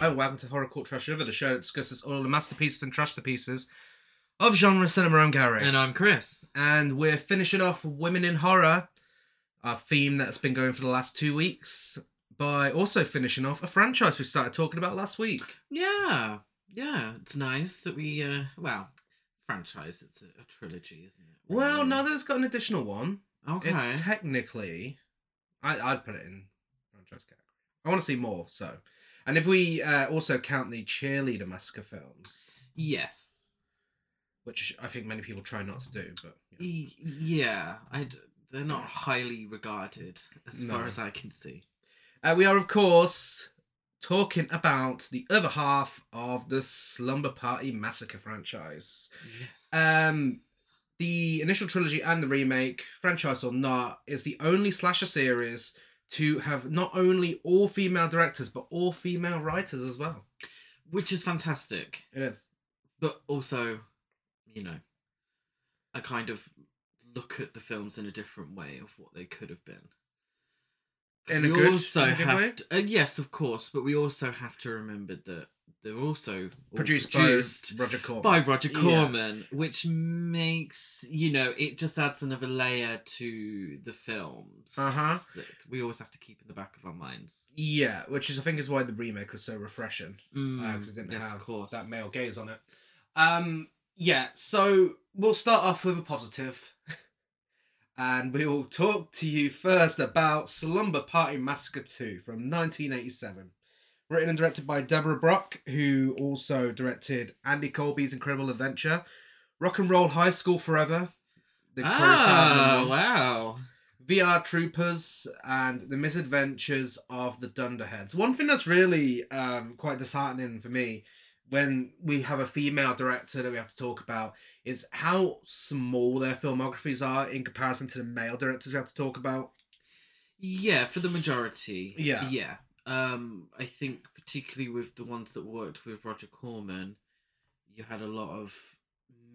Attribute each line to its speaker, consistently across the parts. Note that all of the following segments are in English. Speaker 1: Hello, Oh, welcome to Horror Court Trash River, the show that discusses all the masterpieces and trash the pieces of genre cinema. I'm Gary.
Speaker 2: And I'm Chris.
Speaker 1: And we're finishing off Women in Horror, a theme that's been going for the last two weeks, by also finishing off a franchise we started talking about last week.
Speaker 2: Yeah, yeah, it's nice that we, uh, well, franchise, it's a, a trilogy, isn't it?
Speaker 1: Well,
Speaker 2: really?
Speaker 1: now that it's got an additional one,
Speaker 2: Mm. Okay.
Speaker 1: it's technically, I, I'd put it in franchise category. I want to see more, so. And if we uh, also count the cheerleader massacre films,
Speaker 2: yes.
Speaker 1: which I think many people try not to do, but you know.
Speaker 2: E- yeah, I d- they're not highly regarded as
Speaker 1: No.
Speaker 2: far as I can see.
Speaker 1: Uh, we are, of course, talking about the other half of the Slumber Party Massacre franchise.
Speaker 2: Yes.
Speaker 1: Um, The initial trilogy and the remake, franchise or not, is the only slasher series to have not only all female directors but all female writers as well.
Speaker 2: Which is fantastic,
Speaker 1: It is.
Speaker 2: but also, you know, I kind of look at the films in a different way of what they could have been. 'Cause
Speaker 1: In a good-
Speaker 2: also
Speaker 1: in a good
Speaker 2: have
Speaker 1: way?
Speaker 2: t- uh, yes, of course, but we also have to remember that they're also all
Speaker 1: Produced,
Speaker 2: produced
Speaker 1: by Roger Corman.
Speaker 2: by Roger
Speaker 1: Yeah.
Speaker 2: Corman, which makes you know it just adds another layer to the films
Speaker 1: Uh-huh.
Speaker 2: that we always have to keep in the back of our minds.
Speaker 1: Yeah, which is I think is why the remake was so refreshing.
Speaker 2: Mm,
Speaker 1: because it didn't
Speaker 2: yes,
Speaker 1: have
Speaker 2: of course.
Speaker 1: that male gaze on it. Um, yeah, so we'll start off with a positive, and we will talk to you first about Slumber Party Massacre 2 from 1987. Written and directed by Deborah Brock, who also directed Andy Colby's Incredible Adventure, Rock and Roll High School Forever, the Corey
Speaker 2: ah,
Speaker 1: Feldman one,
Speaker 2: wow.
Speaker 1: VR Troopers, and The Misadventures of the Dunderheads. One thing that's really um, quite disheartening for me when we have a female director that we have to talk about is how small their filmographies are in comparison to the male directors we have to talk about.
Speaker 2: Yeah, for the majority.
Speaker 1: Yeah.
Speaker 2: Yeah. Um, I think particularly with the ones that worked with Roger Corman, you had a lot of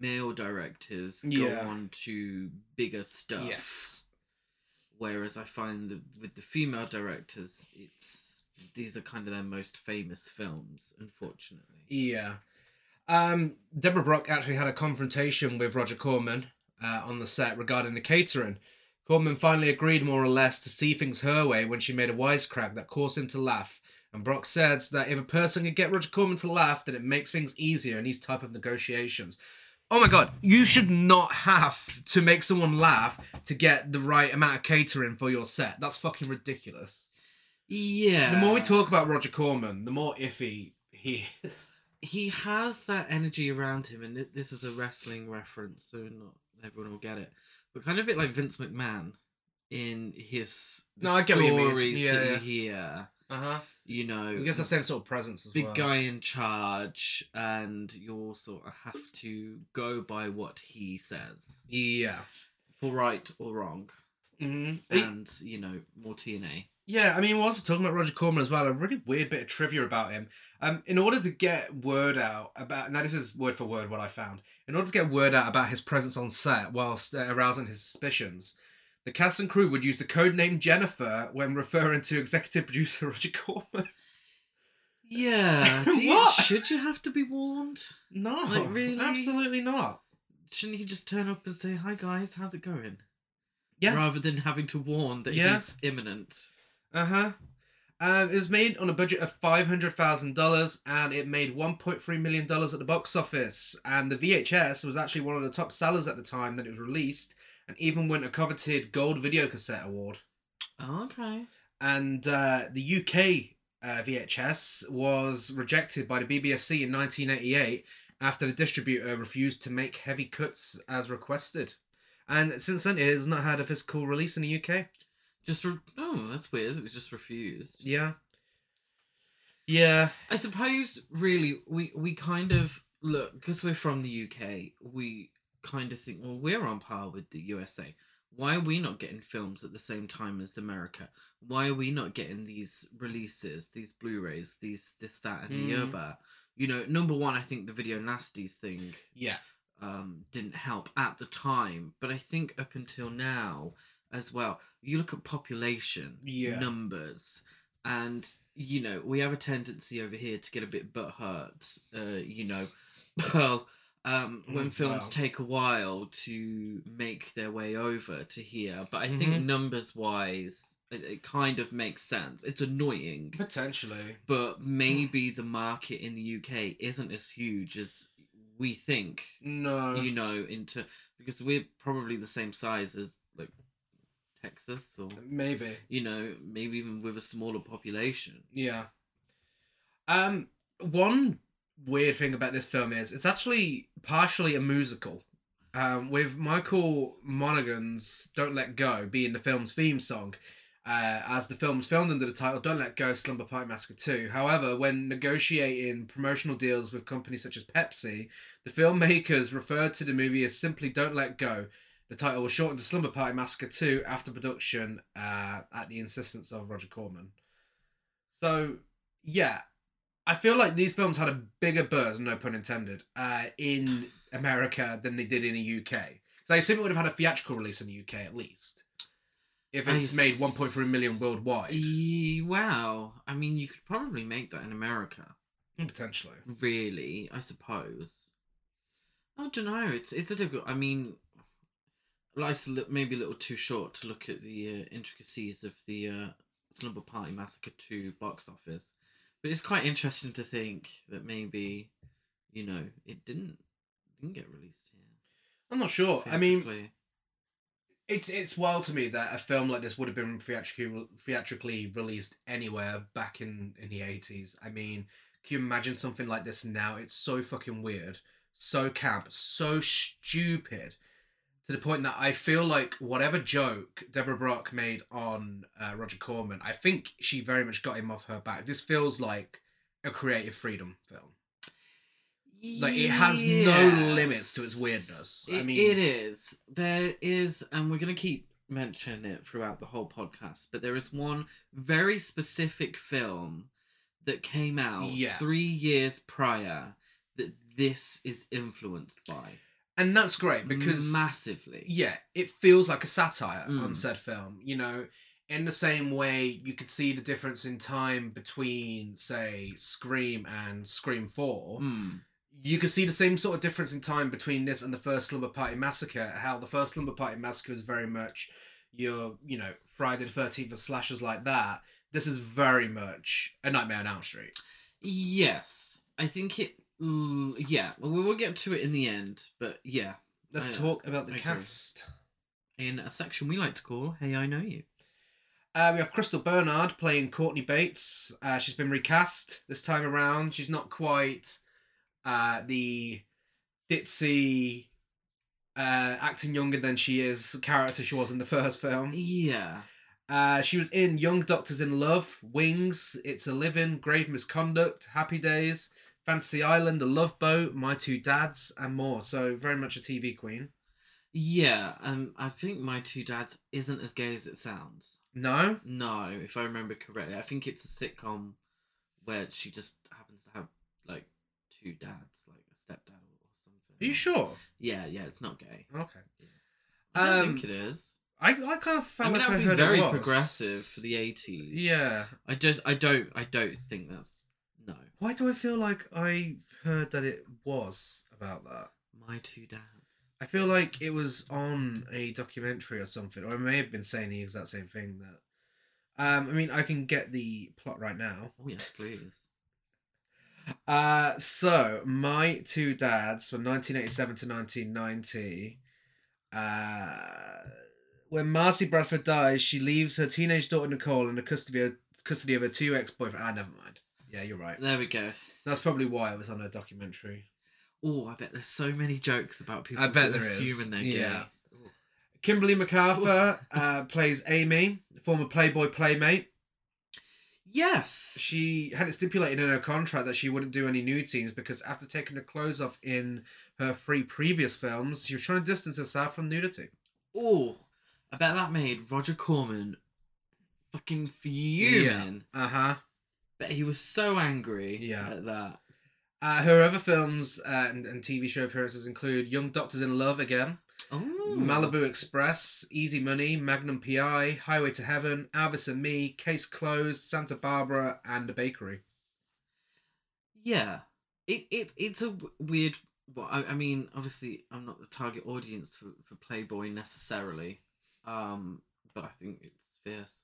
Speaker 2: male directors
Speaker 1: Yeah.
Speaker 2: go on to bigger stuff.
Speaker 1: Yes.
Speaker 2: Whereas I find that with the female directors, it's these are kind of their most famous films, unfortunately.
Speaker 1: Yeah. Um, Deborah Brock actually had a confrontation with Roger Corman uh, on the set regarding the catering. Corman finally agreed more or less to see things her way when she made a wisecrack that caused him to laugh. And Brock says that if a person can get Roger Corman to laugh, then it makes things easier in these type of negotiations. Oh my god, you should not have to make someone laugh to get the right amount of catering for your set. That's fucking ridiculous.
Speaker 2: Yeah.
Speaker 1: The more we talk about Roger Corman, the more iffy he is.
Speaker 2: he has that energy around him, and th- this is a wrestling reference, so not everyone will get it. But kind of a bit like Vince McMahon in his the
Speaker 1: No, I get what
Speaker 2: stories
Speaker 1: you mean. Yeah,
Speaker 2: that
Speaker 1: yeah.
Speaker 2: you hear.
Speaker 1: Uh-huh.
Speaker 2: You know,
Speaker 1: I guess the same sort of presence as
Speaker 2: big
Speaker 1: well.
Speaker 2: guy in charge, and you sort of have to go by what he says,
Speaker 1: Yeah.
Speaker 2: for right or wrong.
Speaker 1: Mm-hmm.
Speaker 2: And you know, more TNA.
Speaker 1: Yeah, I mean, we're also talking about Roger Corman as well. A really weird bit of trivia about him. Um, in order to get word out about, now this is word for word what I found. In order to get word out about his presence on set whilst uh, arousing his suspicions, the cast and crew would use the code name Jennifer when referring to executive producer Roger Corman.
Speaker 2: Yeah. Do you,
Speaker 1: What?
Speaker 2: Should you have to be warned?
Speaker 1: No,
Speaker 2: Like, really?
Speaker 1: absolutely not.
Speaker 2: Shouldn't he just turn up and say, "Hi guys, how's it going?"
Speaker 1: Yeah.
Speaker 2: rather than having to warn that
Speaker 1: Yeah.
Speaker 2: he's imminent.
Speaker 1: Uh huh. Um, it was made on a budget of five hundred thousand dollars, and it made one point three million dollars at the box office. And the VHS was actually one of the top sellers at the time that it was released, and even won a coveted gold video cassette award.
Speaker 2: Okay.
Speaker 1: And uh, the UK uh, VHS was rejected by the BBFC in nineteen eighty eight after the distributor refused to make heavy cuts as requested. And since then, it has not had a physical release in the UK.
Speaker 2: Just re- oh, that's weird. It was just refused.
Speaker 1: Yeah. Yeah.
Speaker 2: I suppose really we we kind of look because we're from the UK. We kind of think well we're on par with the USA. Why are we not getting films at the same time as America? Why are we not getting these releases, these Blu-rays, these this that and the
Speaker 1: Mm.
Speaker 2: other? You know, number one, I think the video nasties thing
Speaker 1: Yeah.
Speaker 2: um, didn't help at the time, but I think up until now as well, you look at population
Speaker 1: Yeah.
Speaker 2: numbers, and you know, we have a tendency over here to get a bit butthurt, uh, you know, Pearl, um, when
Speaker 1: Mm,
Speaker 2: films
Speaker 1: well.
Speaker 2: take a while to make their way over to here. But I
Speaker 1: Mhm.
Speaker 2: think numbers wise, it, it kind of makes sense. It's annoying,
Speaker 1: Potentially.
Speaker 2: but maybe the market in the UK isn't as huge as we think,
Speaker 1: No.
Speaker 2: you know, into because we're probably the same size as like Texas or.
Speaker 1: Maybe.
Speaker 2: You know, maybe even with a smaller population.
Speaker 1: Yeah. Um, one weird thing about this film is it's actually partially a musical. Um, with Michael Monaghan's "Don't Let Go" being the film's theme song, uh, as the film's filmed under the title "Don't Let Go: Slumber Party Massacre 2. However, when negotiating promotional deals with companies such as Pepsi, the filmmakers referred to the movie as simply "Don't Let Go." The title was shortened to "Slumber Party Massacre 2 after production, uh, at the insistence of Roger Corman. So yeah, I feel like these films had a bigger buzz, no pun intended, uh, in America than they did in the UK. So I assume it would have had a theatrical release in the UK at least, if
Speaker 2: I
Speaker 1: it's made 1.3 million worldwide,
Speaker 2: Ye- Wow. I mean, you could probably make that in America,
Speaker 1: potentially.
Speaker 2: really, I suppose. I don't know. It's it's a difficult. I mean, life's a li- maybe a little too short to look at the uh, intricacies of the uh, Slumber Party Massacre 2 box office. But it's quite interesting to think that maybe, you know, it didn't didn't get released here.
Speaker 1: I'm not sure. I mean,
Speaker 2: theatrically.
Speaker 1: it's it's wild to me that a film like this would have been theatrically theatrically released anywhere back in in the 80s. I mean, can you imagine something like this now? It's so fucking weird, so camp, so stupid. To the point that I feel like whatever joke Deborah Brock made on uh, Roger Corman, I think she very much got him off her back. This feels like a creative freedom film. Like it has no limits to its
Speaker 2: Yes.
Speaker 1: weirdness. I
Speaker 2: It-
Speaker 1: mean,
Speaker 2: it is. There is, and we're going to keep mentioning it throughout the whole podcast, but there is one very specific film that came out
Speaker 1: Yeah.
Speaker 2: three years prior that this is influenced by
Speaker 1: and that's great because
Speaker 2: massively.
Speaker 1: yeah, it feels like a satire on
Speaker 2: Mm.
Speaker 1: said film. You know, in the same way you could see the difference in time between, say, Scream and Scream 4.
Speaker 2: Mm.
Speaker 1: You could see the same sort of difference in time between this and the first Slumber Party Massacre. How the first Slumber Party Massacre is very much your, you know, Friday the 13th and slashers like that. This is very much a Nightmare on Elm Street.
Speaker 2: Yes, I think it. mm, yeah, well, we will get to it in the end, but yeah,
Speaker 1: Let's
Speaker 2: I-
Speaker 1: talk about the
Speaker 2: I agree.
Speaker 1: cast.
Speaker 2: in a section we like to call "Hey, I Know You."
Speaker 1: Uh, we have Crystal Bernard playing Courtney Bates. Uh, she's been recast this time around. She's not quite uh, the ditzy, uh, acting younger than she is character she was in the first film.
Speaker 2: Yeah,
Speaker 1: Uh, she was in Young Doctors in Love, Wings, It's a Living, Grave Misconduct, Happy Days, Fantasy Island, The Love Boat, My Two Dads, and more. So very much a TV queen.
Speaker 2: Yeah, um, I think my two dads isn't as gay as it sounds.
Speaker 1: No,
Speaker 2: No, if I remember correctly, I think it's a sitcom where she just happens to have like two dads, like a stepdad or something.
Speaker 1: are you sure?
Speaker 2: Yeah, yeah, it's not gay.
Speaker 1: Okay,
Speaker 2: I don't
Speaker 1: Um,
Speaker 2: think it is.
Speaker 1: I I kind of
Speaker 2: I
Speaker 1: felt
Speaker 2: mean,
Speaker 1: like
Speaker 2: that
Speaker 1: I
Speaker 2: would be
Speaker 1: heard
Speaker 2: very
Speaker 1: it was.
Speaker 2: progressive for the eighties.
Speaker 1: Yeah.
Speaker 2: I just, I don't, I don't think that's no.
Speaker 1: Why do I feel like I heard that it was about that?
Speaker 2: My two dads.
Speaker 1: I feel like it was on a documentary or something, or I may have been saying the exact same thing. That, um, I mean, I can get the plot right now.
Speaker 2: Oh yes, please.
Speaker 1: Uh, so my two dads from 1987 to 1990. Uh, when Marcy Bradford dies, she leaves her teenage daughter Nicole in the custody of, custody of her two ex boyfriend. Ah, never mind. Yeah, you're right.
Speaker 2: There we go.
Speaker 1: That's probably why it was on a documentary.
Speaker 2: Oh, I bet there's so many jokes about people.
Speaker 1: I bet there
Speaker 2: that
Speaker 1: is.
Speaker 2: assuming they're gay.
Speaker 1: Yeah. Kimberly MacArthur uh, plays Amy, former Playboy playmate.
Speaker 2: Yes.
Speaker 1: She had it stipulated in her contract that she wouldn't do any nude scenes because after taking her clothes off in her three previous films, she was trying to distance herself from nudity.
Speaker 2: Oh, I bet that made Roger Corman fucking fuming.
Speaker 1: Uh huh.
Speaker 2: But he was so angry
Speaker 1: Yeah.
Speaker 2: at that.
Speaker 1: Uh, her other films uh, and, and TV show appearances include Young Doctors in Love again,
Speaker 2: Oh.
Speaker 1: Malibu Express, Easy Money, Magnum PI, Highway to Heaven, Alvis and Me, Case Closed, Santa Barbara, and The Bakery.
Speaker 2: Yeah. It, it it's a w- weird. Well, I, I mean, obviously, I'm not the target audience for, for Playboy necessarily, um, but I think it's fierce.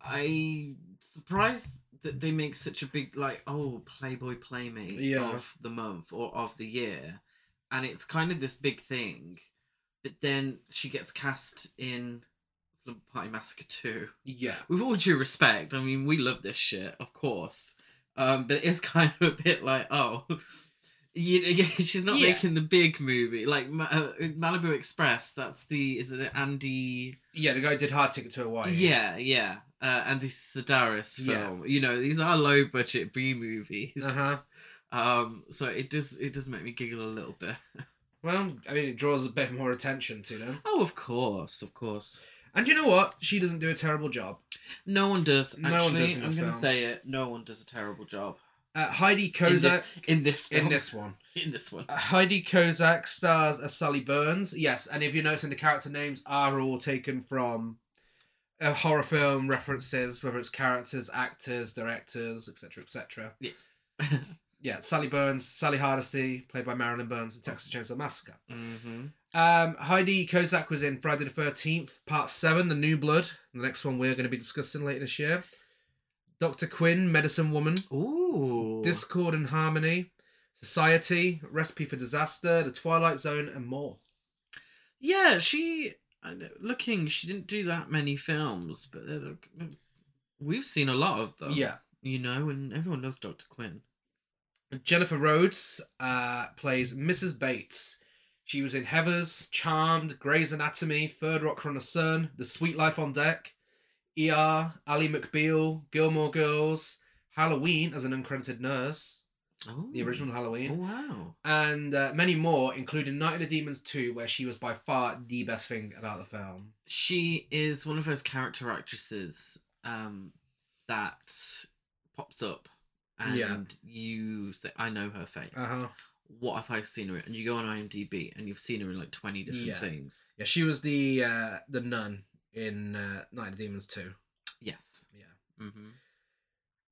Speaker 2: I surprised that they make such a big like oh Playboy Playmate
Speaker 1: Yeah.
Speaker 2: of the month or of the year, and it's kind of this big thing, but then she gets cast in Slumber Party Massacre Two
Speaker 1: Yeah.
Speaker 2: with all due respect, I mean, we love this shit, of course. Um, but it is kind of a bit like, oh, you, yeah, she's not
Speaker 1: Yeah.
Speaker 2: making the big movie. Like Ma- uh, Malibu Express, that's the, is it Andy?
Speaker 1: Yeah, the guy who did Hard Ticket to Hawaii.
Speaker 2: Yeah, yeah. Uh, Andy Sedaris
Speaker 1: Yeah.
Speaker 2: film. You know, these are low budget B movies.
Speaker 1: Uh huh.
Speaker 2: Um, so it does, it does make me giggle a little bit.
Speaker 1: Well, I mean, it draws a bit more attention to them.
Speaker 2: oh, of course, of course.
Speaker 1: And you know what? She doesn't do a terrible job.
Speaker 2: No one does. Actually,
Speaker 1: No one does in
Speaker 2: I'm
Speaker 1: this
Speaker 2: going to
Speaker 1: film.
Speaker 2: say it. No one does a terrible job.
Speaker 1: Uh, Heidi
Speaker 2: In this,
Speaker 1: Kozak
Speaker 2: in this
Speaker 1: in
Speaker 2: film.
Speaker 1: this one.
Speaker 2: in this one.
Speaker 1: Uh, Heidi Kozak stars as Sally Burns. Yes, and if you're noticing, the character names are all taken from uh, horror film references, whether it's characters, actors, directors, etc., etc. Yeah, Sally Burns, Sally Hardesty, played by Marilyn Burns in Texas Chainsaw Massacre.
Speaker 2: mm-hmm.
Speaker 1: Um, Heidi Kozak was in Friday the Thirteenth Part Seven, The New Blood. The next one we're going to be discussing later this year. Doctor Quinn, Medicine Woman,
Speaker 2: Ooh.
Speaker 1: Discord and Harmony, Society, Recipe for Disaster, The Twilight Zone, and more.
Speaker 2: yeah, she. I know- Looking, she didn't do that many films, but they're, the- we've seen a lot of them.
Speaker 1: Yeah.
Speaker 2: You know, and everyone loves Dr. Quinn.
Speaker 1: Jennifer Rhodes uh, plays Mrs. Bates. She was in Heathers, Charmed, Grey's Anatomy, Third Rock from the Sun, The Sweet Life on Deck, ER, Ally McBeal, Gilmore Girls, Halloween as an uncredited nurse,
Speaker 2: Oh.
Speaker 1: the original
Speaker 2: Oh,
Speaker 1: Halloween,
Speaker 2: wow.
Speaker 1: and uh, many more, including Night of the Demons 2, where she was by far the best thing about the film.
Speaker 2: She is one of those character actresses um, that pops up and
Speaker 1: Yeah.
Speaker 2: you say, I know her face.
Speaker 1: Uh-huh.
Speaker 2: What have I seen her in? And you go on IMDb and you've seen her in like 20 different
Speaker 1: Yeah.
Speaker 2: things.
Speaker 1: Yeah, she was the uh, the nun in uh, Night of the Demons 2.
Speaker 2: Yes.
Speaker 1: Yeah.
Speaker 2: Mm-hmm.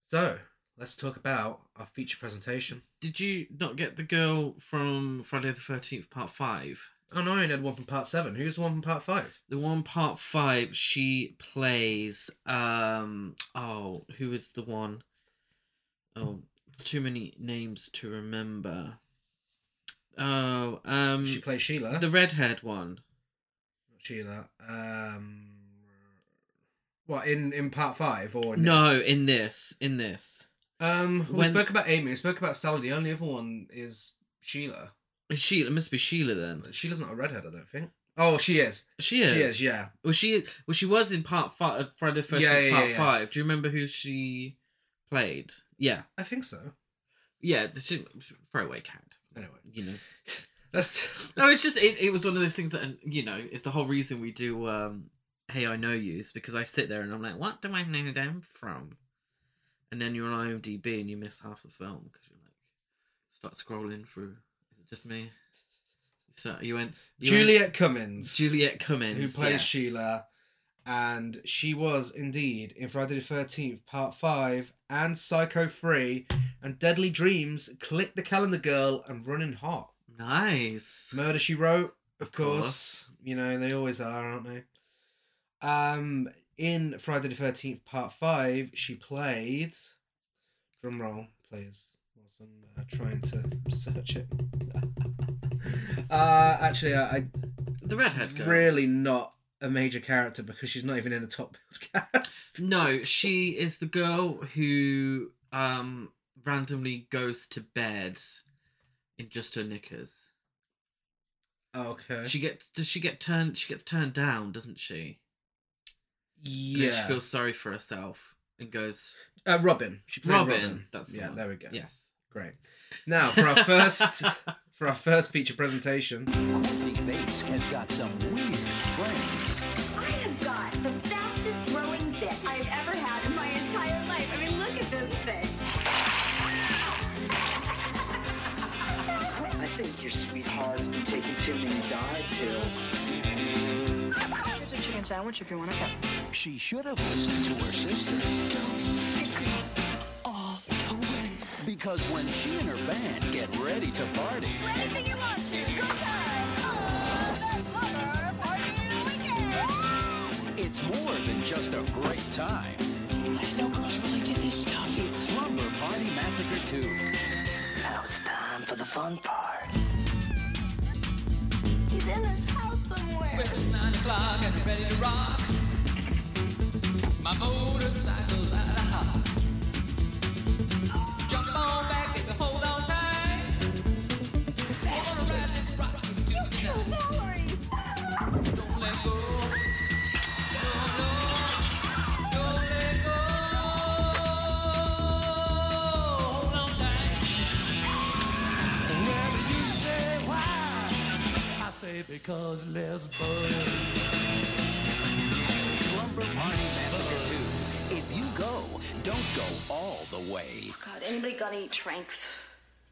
Speaker 1: So, let's talk about our feature presentation.
Speaker 2: Did you not get the girl from Friday the Thirteenth Part Five?
Speaker 1: Oh no, I only had one from part seven. Who's the one from part five?
Speaker 2: The one Part Five, she plays. Um. Oh, who is the one? Oh, it's too many names to remember. Oh, um,
Speaker 1: she plays Sheila.
Speaker 2: the redhead one.
Speaker 1: Sheila. Um, what in in part five or in
Speaker 2: No,
Speaker 1: this?
Speaker 2: in this, in this,
Speaker 1: Um, we
Speaker 2: when-
Speaker 1: spoke about Amy. We spoke about Sally. The only other one is Sheila.
Speaker 2: Sheila it must be Sheila then.
Speaker 1: Sheila's not a redhead, I don't think. Oh, she is.
Speaker 2: She is.
Speaker 1: She is. Yeah.
Speaker 2: Well, she well she was in Part Five, of Friday the Thirteenth
Speaker 1: Yeah, yeah,
Speaker 2: Part
Speaker 1: yeah.
Speaker 2: Five. Do you remember who she played? Yeah.
Speaker 1: I think so.
Speaker 2: Yeah, the sh- throwaway cat.
Speaker 1: Anyway,
Speaker 2: You know.
Speaker 1: that's
Speaker 2: No, it's just it, it was one of those things that and, you know, it's the whole reason we do um Hey I Know You's because I sit there and I'm like, what do I know them from? And then you're on IMDb and you miss half the film because you're like start scrolling through. Is it just me? So you went you went,
Speaker 1: Juliet Cummins.
Speaker 2: Juliet Cummins
Speaker 1: who plays
Speaker 2: yes.
Speaker 1: Sheila, and she was indeed in Friday the Thirteenth Part Five and Psycho Three, and Deadly Dreams, Click the Calendar Girl, and Running Hot.
Speaker 2: Nice.
Speaker 1: Murder She Wrote, of course.
Speaker 2: course.
Speaker 1: You know they always are, aren't they? Um, in Friday the Thirteenth Part Five, she played. Drum roll, please. Whilst I'm uh, trying to search it. uh, actually, I, I
Speaker 2: The redhead girl.
Speaker 1: really not a major character because she's not even in the top cast.
Speaker 2: No, she is the girl who um randomly goes to bed in just her knickers.
Speaker 1: Okay.
Speaker 2: She gets does she get turned she gets turned down, doesn't she? And then
Speaker 1: yeah.
Speaker 2: she feels sorry for herself and goes
Speaker 1: uh, Robin. She played Robin.
Speaker 2: Robin, that's the
Speaker 1: yeah.
Speaker 2: one.
Speaker 1: There we go.
Speaker 2: Yes.
Speaker 1: Great. Now for our first for our first feature presentation.
Speaker 3: Courtney Bates has got some weird friends.
Speaker 4: I have got the fastest growing dick I've ever had in my entire life. I mean, look at this thing.
Speaker 3: think your sweetheart's been taking too many diet pills.
Speaker 5: Here's a chicken sandwich if you want to have. it.
Speaker 3: She should have listened to her sister. Because when she and her band get ready to party,
Speaker 4: Anything you want to. Good time. Oh, lover, party weekend.
Speaker 3: it's more than just a great time.
Speaker 5: No girls really did this stuff.
Speaker 3: It's Slumber Party Massacre 2. Now it's time for the fun part.
Speaker 4: He's in his house somewhere.
Speaker 6: It's nine o'clock and ready to rock. My motorcycle's out of hock. Jump on back if you hold on tight. Wanna ride this rockin' to the night.
Speaker 4: Sorry.
Speaker 6: Don't let go. No, no. Don't let go. Hold on tight. Whenever you say why, I say because let's burn.
Speaker 3: Slumber Party Massacre 2. If you go, don't go all the way.
Speaker 5: God, anybody got any tranks?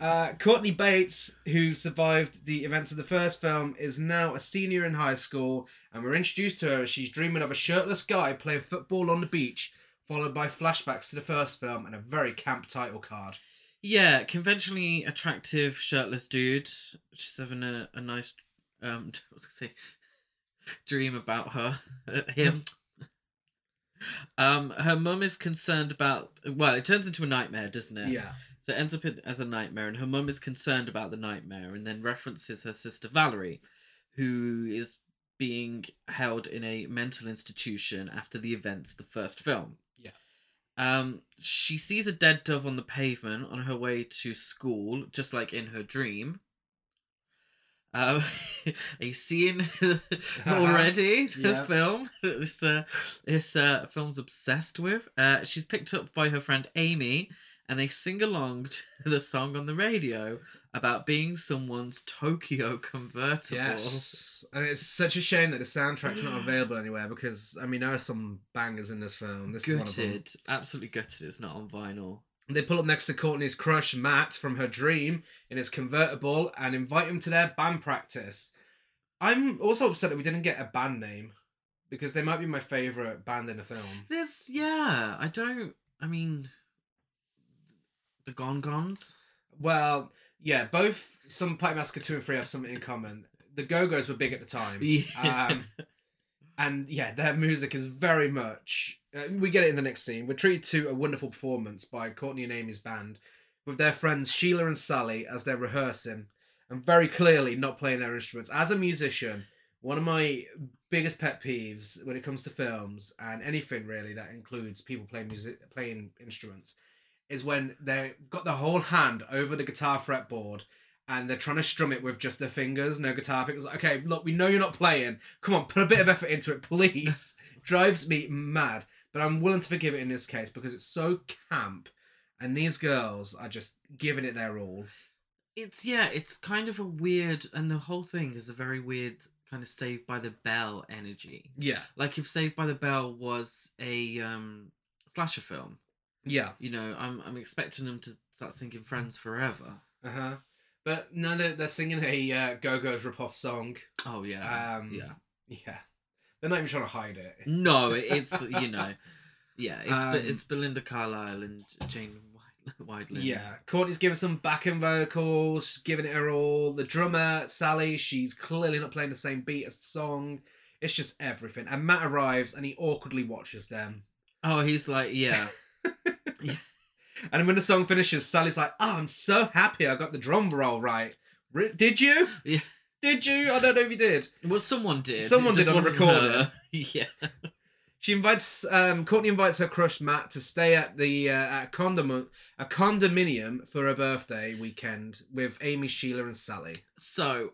Speaker 1: Uh, Courtney Bates, who survived the events of the first film, is now a senior in high school, and we're introduced to her as she's dreaming of a shirtless guy playing football on the beach, followed by flashbacks to the first film and a very camp title card.
Speaker 2: Yeah, conventionally attractive shirtless dude. She's having a, a nice um I was gonna say dream about her uh, him. um her mum is concerned about well, it turns into a nightmare, doesn't it? So it ends up in, as a nightmare, and her mum is concerned about the nightmare and then references her sister Valerie, who is being held in a mental institution after the events of the first film.
Speaker 1: Yeah.
Speaker 2: Um, she sees a dead dove on the pavement on her way to school, just like in her dream. Um, are you seeing already the
Speaker 1: Yeah.
Speaker 2: film that this, uh, this uh, film's obsessed with? Uh, she's picked up by her friend Amy, and they sing along to the song on the radio about being someone's Tokyo convertible.
Speaker 1: Yes. And it's such a shame that the soundtrack's not available anywhere because, I mean, there are some bangers in this film. This is one of them.
Speaker 2: Gutted, absolutely gutted. It's not on vinyl.
Speaker 1: They pull up next to Courtney's crush, Matt, from her dream in his convertible and invite him to their band practice. I'm also upset that we didn't get a band name because they might be my favourite band in the film.
Speaker 2: There's yeah, I don't. I mean, the Gone Gons.
Speaker 1: Well, yeah, both some Pipe Massacre 2 and 3 have something in common. The Go Go's were big at the time.
Speaker 2: Yeah.
Speaker 1: Um, and yeah, their music is very much. Uh, we get it in the next scene. We're treated to a wonderful performance by Courtney and Amy's band with their friends Sheila and Sally as they're rehearsing and very clearly not playing their instruments. As a musician, one of my biggest pet peeves when it comes to films and anything really that includes people playing music, playing instruments, is when they've got the whole hand over the guitar fretboard and they're trying to strum it with just their fingers, no guitar pick. It's like, okay, look, we know you're not playing. Come on, put a bit of effort into it, please. Drives me mad. But I'm willing to forgive it in this case because it's so camp and these girls are just giving it their all.
Speaker 2: It's yeah, it's kind of a weird, and the whole thing is a very weird kind of Saved by the Bell energy.
Speaker 1: Yeah.
Speaker 2: Like if Saved by the Bell was a um, slasher film,
Speaker 1: Yeah.
Speaker 2: you know, I'm I'm expecting them to start singing Friends Forever.
Speaker 1: Uh huh. But no, they're, they're singing a uh, Go Go's ripoff song.
Speaker 2: Oh yeah,
Speaker 1: Um,
Speaker 2: yeah.
Speaker 1: Yeah. They're not even trying to hide it.
Speaker 2: No, it- it's you know, yeah, it's Be-
Speaker 1: Um,
Speaker 2: it's Belinda Carlisle and Jane Wide- Wideland.
Speaker 1: Yeah. Courtney's giving some backing vocals, giving it her all. The drummer, Sally, she's clearly not playing the same beat as the song. It's just everything. And Matt arrives and he awkwardly watches them.
Speaker 2: Oh, he's like, yeah,
Speaker 1: And when the song finishes, Sally's like, oh, I'm so happy I got the drum roll right. Re- did you?
Speaker 2: Yeah.
Speaker 1: Did you? I don't know if you did.
Speaker 2: well, someone did.
Speaker 1: Someone
Speaker 2: just
Speaker 1: did on
Speaker 2: wasn't
Speaker 1: recording.
Speaker 2: her. yeah,
Speaker 1: She invites um, Courtney invites her crush Matt to stay at the uh, at a, condom- a condominium for her birthday weekend with Amy, Sheila, and Sally.
Speaker 2: So,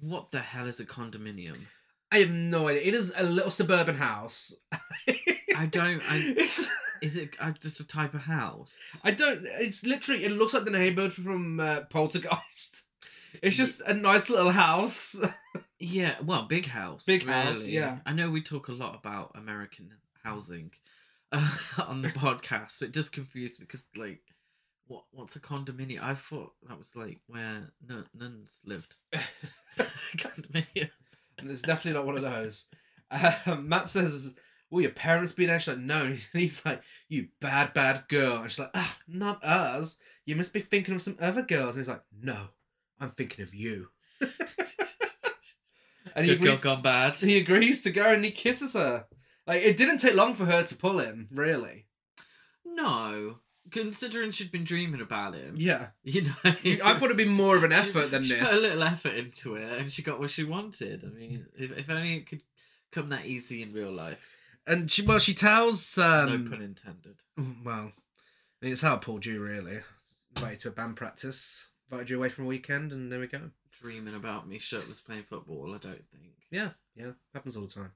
Speaker 2: what the hell is a condominium?
Speaker 1: I have no idea. It is a little suburban house.
Speaker 2: I don't. I,
Speaker 1: It's-
Speaker 2: is it uh, just a type of house?
Speaker 1: I don't. It's literally. It looks like the neighborhood from uh, Poltergeist. It's just a nice little house.
Speaker 2: yeah, well, big house.
Speaker 1: Big house, yeah.
Speaker 2: I know we talk a lot about American housing uh, on the podcast, but it does confuse me because, like, what what's a condominium? I thought that was like where nun- nuns lived. condominium.
Speaker 1: And it's definitely not one of those. Um, Matt says, "Well, your parents been there?" She's like, "No." And he's like, "You bad, bad girl." And she's like, "Ah, not us. You must be thinking of some other girls." And he's like, "No, I'm thinking of you." and
Speaker 2: Good girl
Speaker 1: agrees-
Speaker 2: gone bad.
Speaker 1: He agrees to go, and he kisses her. Like it didn't take long for her to pull him, really.
Speaker 2: No, considering she'd been dreaming about him.
Speaker 1: Yeah,
Speaker 2: You know,
Speaker 1: I thought it'd be more of an
Speaker 2: She-
Speaker 1: effort than
Speaker 2: she
Speaker 1: this.
Speaker 2: Put a little effort into it, and she got what she wanted. I mean, if, if only it could come that easy in real life.
Speaker 1: And she, well, she tells. Um, oh,
Speaker 2: no pun intended.
Speaker 1: Well, I mean, it's how I pulled you, really. Invited to a band practice, invited you away from a weekend, and there we go.
Speaker 2: Dreaming about me shirtless playing football. I don't think.
Speaker 1: Yeah, yeah, happens all the time.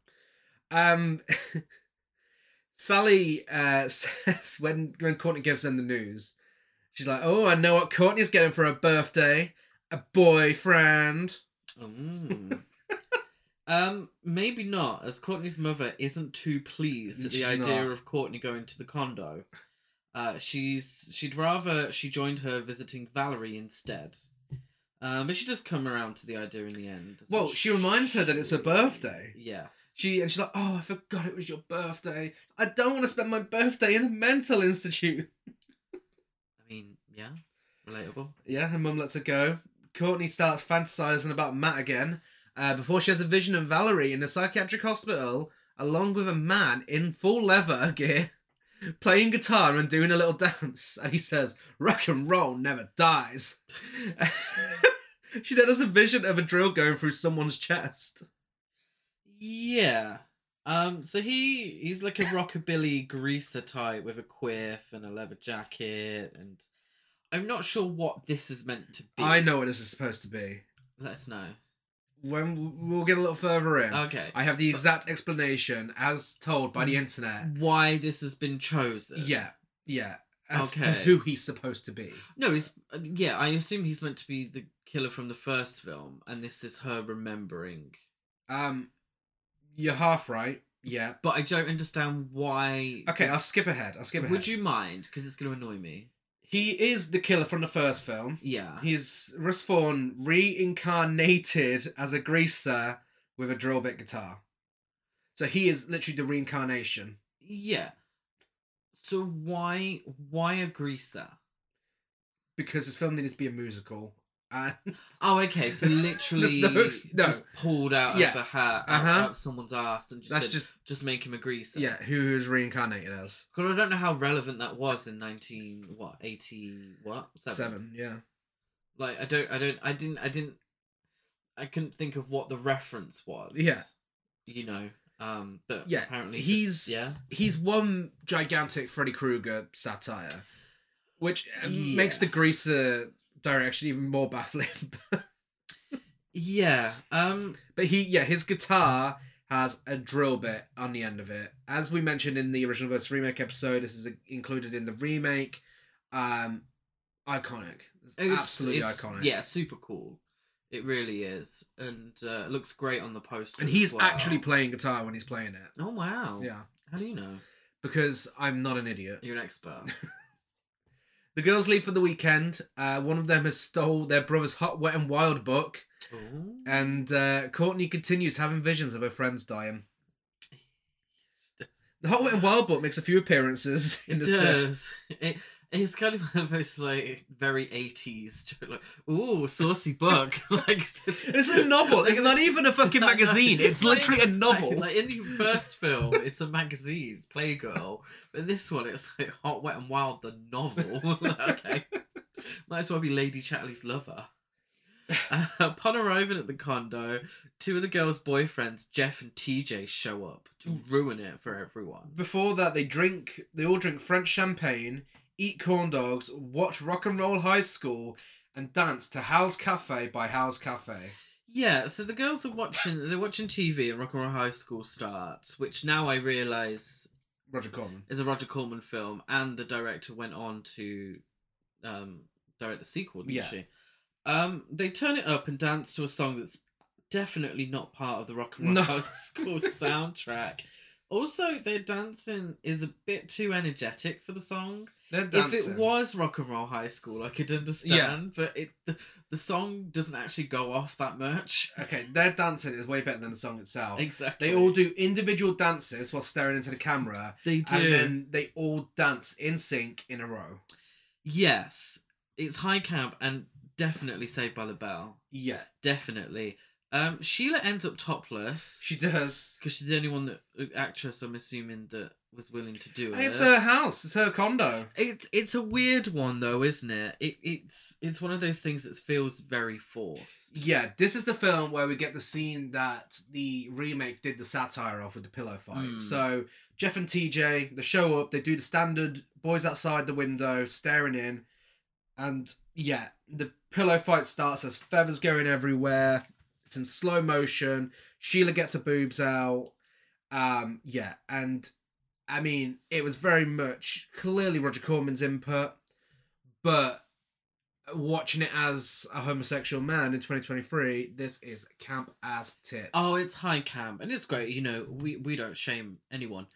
Speaker 1: Um, Sally uh, says when when Courtney gives them the news, she's like, "Oh, I know what Courtney's getting for her birthday, a boyfriend."
Speaker 2: Mm. um, maybe not, as Courtney's mother isn't too pleased at the
Speaker 1: She's
Speaker 2: idea
Speaker 1: not.
Speaker 2: of Courtney going to the condo. Uh, she's she'd rather she joined her visiting Valerie instead. Um, but she does come around to the idea in the end. doesn't
Speaker 1: Well, she reminds her that it's her birthday.
Speaker 2: Yes.
Speaker 1: She and she's like, "Oh, I forgot it was your birthday. I don't want to spend my birthday in a mental institute."
Speaker 2: I mean, yeah, relatable.
Speaker 1: Yeah, her mum lets her go. Courtney starts fantasizing about Matt again uh, before she has a vision of Valerie in a psychiatric hospital, along with a man in full leather gear playing guitar and doing a little dance. And he says, Rock and roll never dies. she then has a vision of a drill going through someone's chest.
Speaker 2: Yeah. Um, so he he's like a rockabilly greaser type with a quiff and a leather jacket, and I'm not sure what this is meant to be.
Speaker 1: I know what this is supposed to be.
Speaker 2: Let us know.
Speaker 1: When we'll get a little further in,
Speaker 2: Okay.
Speaker 1: I have the exact explanation as told by
Speaker 2: Mm.
Speaker 1: the internet.
Speaker 2: Why this has been chosen?
Speaker 1: Yeah, yeah. As to
Speaker 2: Okay.
Speaker 1: who he's supposed to be.
Speaker 2: No, it's uh, yeah. I assume he's meant to be the killer from the first film, and this is her remembering.
Speaker 1: Um, you're half right. Yeah.
Speaker 2: But I don't understand why.
Speaker 1: Okay, I'll skip ahead. I'll skip ahead.
Speaker 2: Would you mind? Because it's going to annoy me.
Speaker 1: He is the killer from the first film.
Speaker 2: Yeah.
Speaker 1: He's Russ Fawn reincarnated as a greaser with a drill bit guitar. So he is literally the reincarnation.
Speaker 2: Yeah. So why why a greaser?
Speaker 1: Because this film needed to be a musical. Uh,
Speaker 2: Oh, okay. So literally,
Speaker 1: no ex- no.
Speaker 2: just pulled out
Speaker 1: Yeah.
Speaker 2: of a hat, out,
Speaker 1: Uh-huh.
Speaker 2: out of someone's ass, and just
Speaker 1: that's
Speaker 2: said, just
Speaker 1: just
Speaker 2: make him a greaser.
Speaker 1: yeah, who he was reincarnated as.
Speaker 2: Because I don't know how relevant that was in nineteen what eighty what
Speaker 1: Seven, yeah.
Speaker 2: Like I don't, I don't, I didn't, I didn't, I couldn't think of what the reference was.
Speaker 1: Yeah.
Speaker 2: You know. Um. But
Speaker 1: Yeah.
Speaker 2: Apparently just-
Speaker 1: he's
Speaker 2: yeah.
Speaker 1: he's one gigantic Freddy Krueger satire, which uh,
Speaker 2: Yeah.
Speaker 1: makes the greaser direction even more baffling.
Speaker 2: Yeah. Um.
Speaker 1: but he, yeah, his guitar has a drill bit on the end of it. As we mentioned in the original versus remake episode, this is included in the remake. Um, iconic, It's absolutely
Speaker 2: it's-
Speaker 1: iconic.
Speaker 2: Yeah. Super cool. It really is, and uh, it looks great on the poster.
Speaker 1: and
Speaker 2: as
Speaker 1: he's
Speaker 2: well.
Speaker 1: actually playing guitar when he's playing it.
Speaker 2: Oh wow.
Speaker 1: Yeah,
Speaker 2: How do you know?
Speaker 1: because I'm not an idiot.
Speaker 2: You're an expert.
Speaker 1: The girls leave for the weekend. Uh, one of them has stole their brother's Hot, Wet, and Wild book,
Speaker 2: Ooh.
Speaker 1: and uh, Courtney continues having visions of her friends dying. The Hot, Wet, and Wild book makes a few appearances in
Speaker 2: It
Speaker 1: this film.
Speaker 2: does. It, it's kind of one of those like very eighties, like ooh, saucy book. like
Speaker 1: It's a novel. It's not even a fucking
Speaker 2: No, no,
Speaker 1: magazine. It's
Speaker 2: not
Speaker 1: literally a
Speaker 2: even-
Speaker 1: novel.
Speaker 2: Like in the first film, it's a magazine, it's Playgirl. But this one, it's like Hot, Wet, and Wild, the novel. okay, might as well be Lady Chatley's lover. Uh, upon arriving at the condo, two of the girls' boyfriends, Jeff and TJ, show up
Speaker 1: Mm.
Speaker 2: to ruin it for everyone.
Speaker 1: Before that, they drink. They all drink French champagne, eat corn dogs, watch Rock and Roll High School, and dance to House Cafe by House Cafe.
Speaker 2: Yeah, so the girls are watching. They're watching TV, and Rock and Roll High School starts, which now I realise
Speaker 1: Roger Corman.
Speaker 2: is a Roger Corman film, and the director went on to um, direct the sequel, didn't
Speaker 1: Yeah.
Speaker 2: she? Um, they turn it up and dance to a song that's definitely not part of the Rock and Roll
Speaker 1: No.
Speaker 2: High School soundtrack. Also, their dancing is a bit too energetic for the song.
Speaker 1: They're
Speaker 2: If
Speaker 1: dancing.
Speaker 2: it was rock and roll high school, I could understand, but it the, the song doesn't actually go off that much.
Speaker 1: okay, their dancing is way better than the song itself.
Speaker 2: Exactly.
Speaker 1: They all do individual dances while staring into the camera,
Speaker 2: They do.
Speaker 1: and then they all dance in sync in a row.
Speaker 2: Yes, it's High Cab and definitely Saved by the Bell.
Speaker 1: Yeah,
Speaker 2: Definitely. Um, Sheila ends up topless
Speaker 1: she does.
Speaker 2: because she's the only one that uh, actress I'm assuming that was willing to do it.
Speaker 1: It's her house. It's her condo.
Speaker 2: It's it's a weird one though, isn't it? it? It's it's one of those things that feels very forced.
Speaker 1: Yeah, this is the film where we get the scene that the remake did the satire of with the pillow fight.
Speaker 2: Hmm.
Speaker 1: So Jeff and TJ, they show up, they do the standard boys outside the window staring in, and yeah, the pillow fight starts. There's feathers going everywhere. It's in slow motion. Sheila gets her boobs out. Um, yeah, and I mean, it was very much clearly Roger Corman's input, but watching it as a homosexual man in 2023, this is camp as tits.
Speaker 2: Oh, it's high cam and it's great. You know, we we don't shame anyone,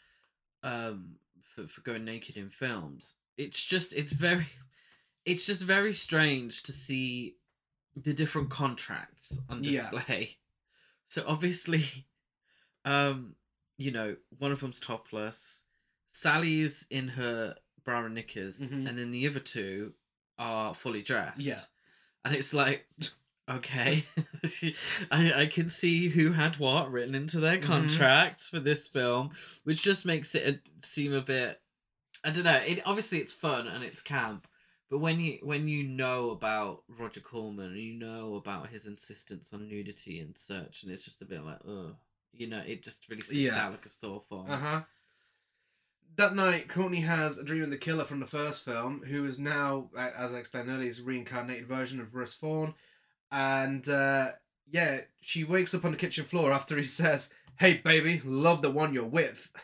Speaker 2: um, for for going naked in films. It's just it's very, it's just very strange to see the different contracts on
Speaker 1: Yeah.
Speaker 2: display. So obviously, um, you know, one of them's topless. Sally is in her bra and knickers,
Speaker 1: Mhm.
Speaker 2: and then the other two are fully dressed.
Speaker 1: Yeah.
Speaker 2: And it's like, okay, I, I can see who had what written into their
Speaker 1: Mhm.
Speaker 2: contracts for this film, which just makes it a- seem a bit. I don't know. It obviously it's fun and it's camp, but when you when you know about Roger Corman, and you know about his insistence on nudity and such, and it's just a bit like, oh, you know, it just really sticks
Speaker 1: Yeah.
Speaker 2: out like a sore thumb.
Speaker 1: Uh huh. That night, Courtney has a dream of the killer from the first film, who is now, a- as I explained earlier, his reincarnated version of Russ Fawn. And uh, yeah, she wakes up on the kitchen floor after he says, Hey, baby, love the one you're with.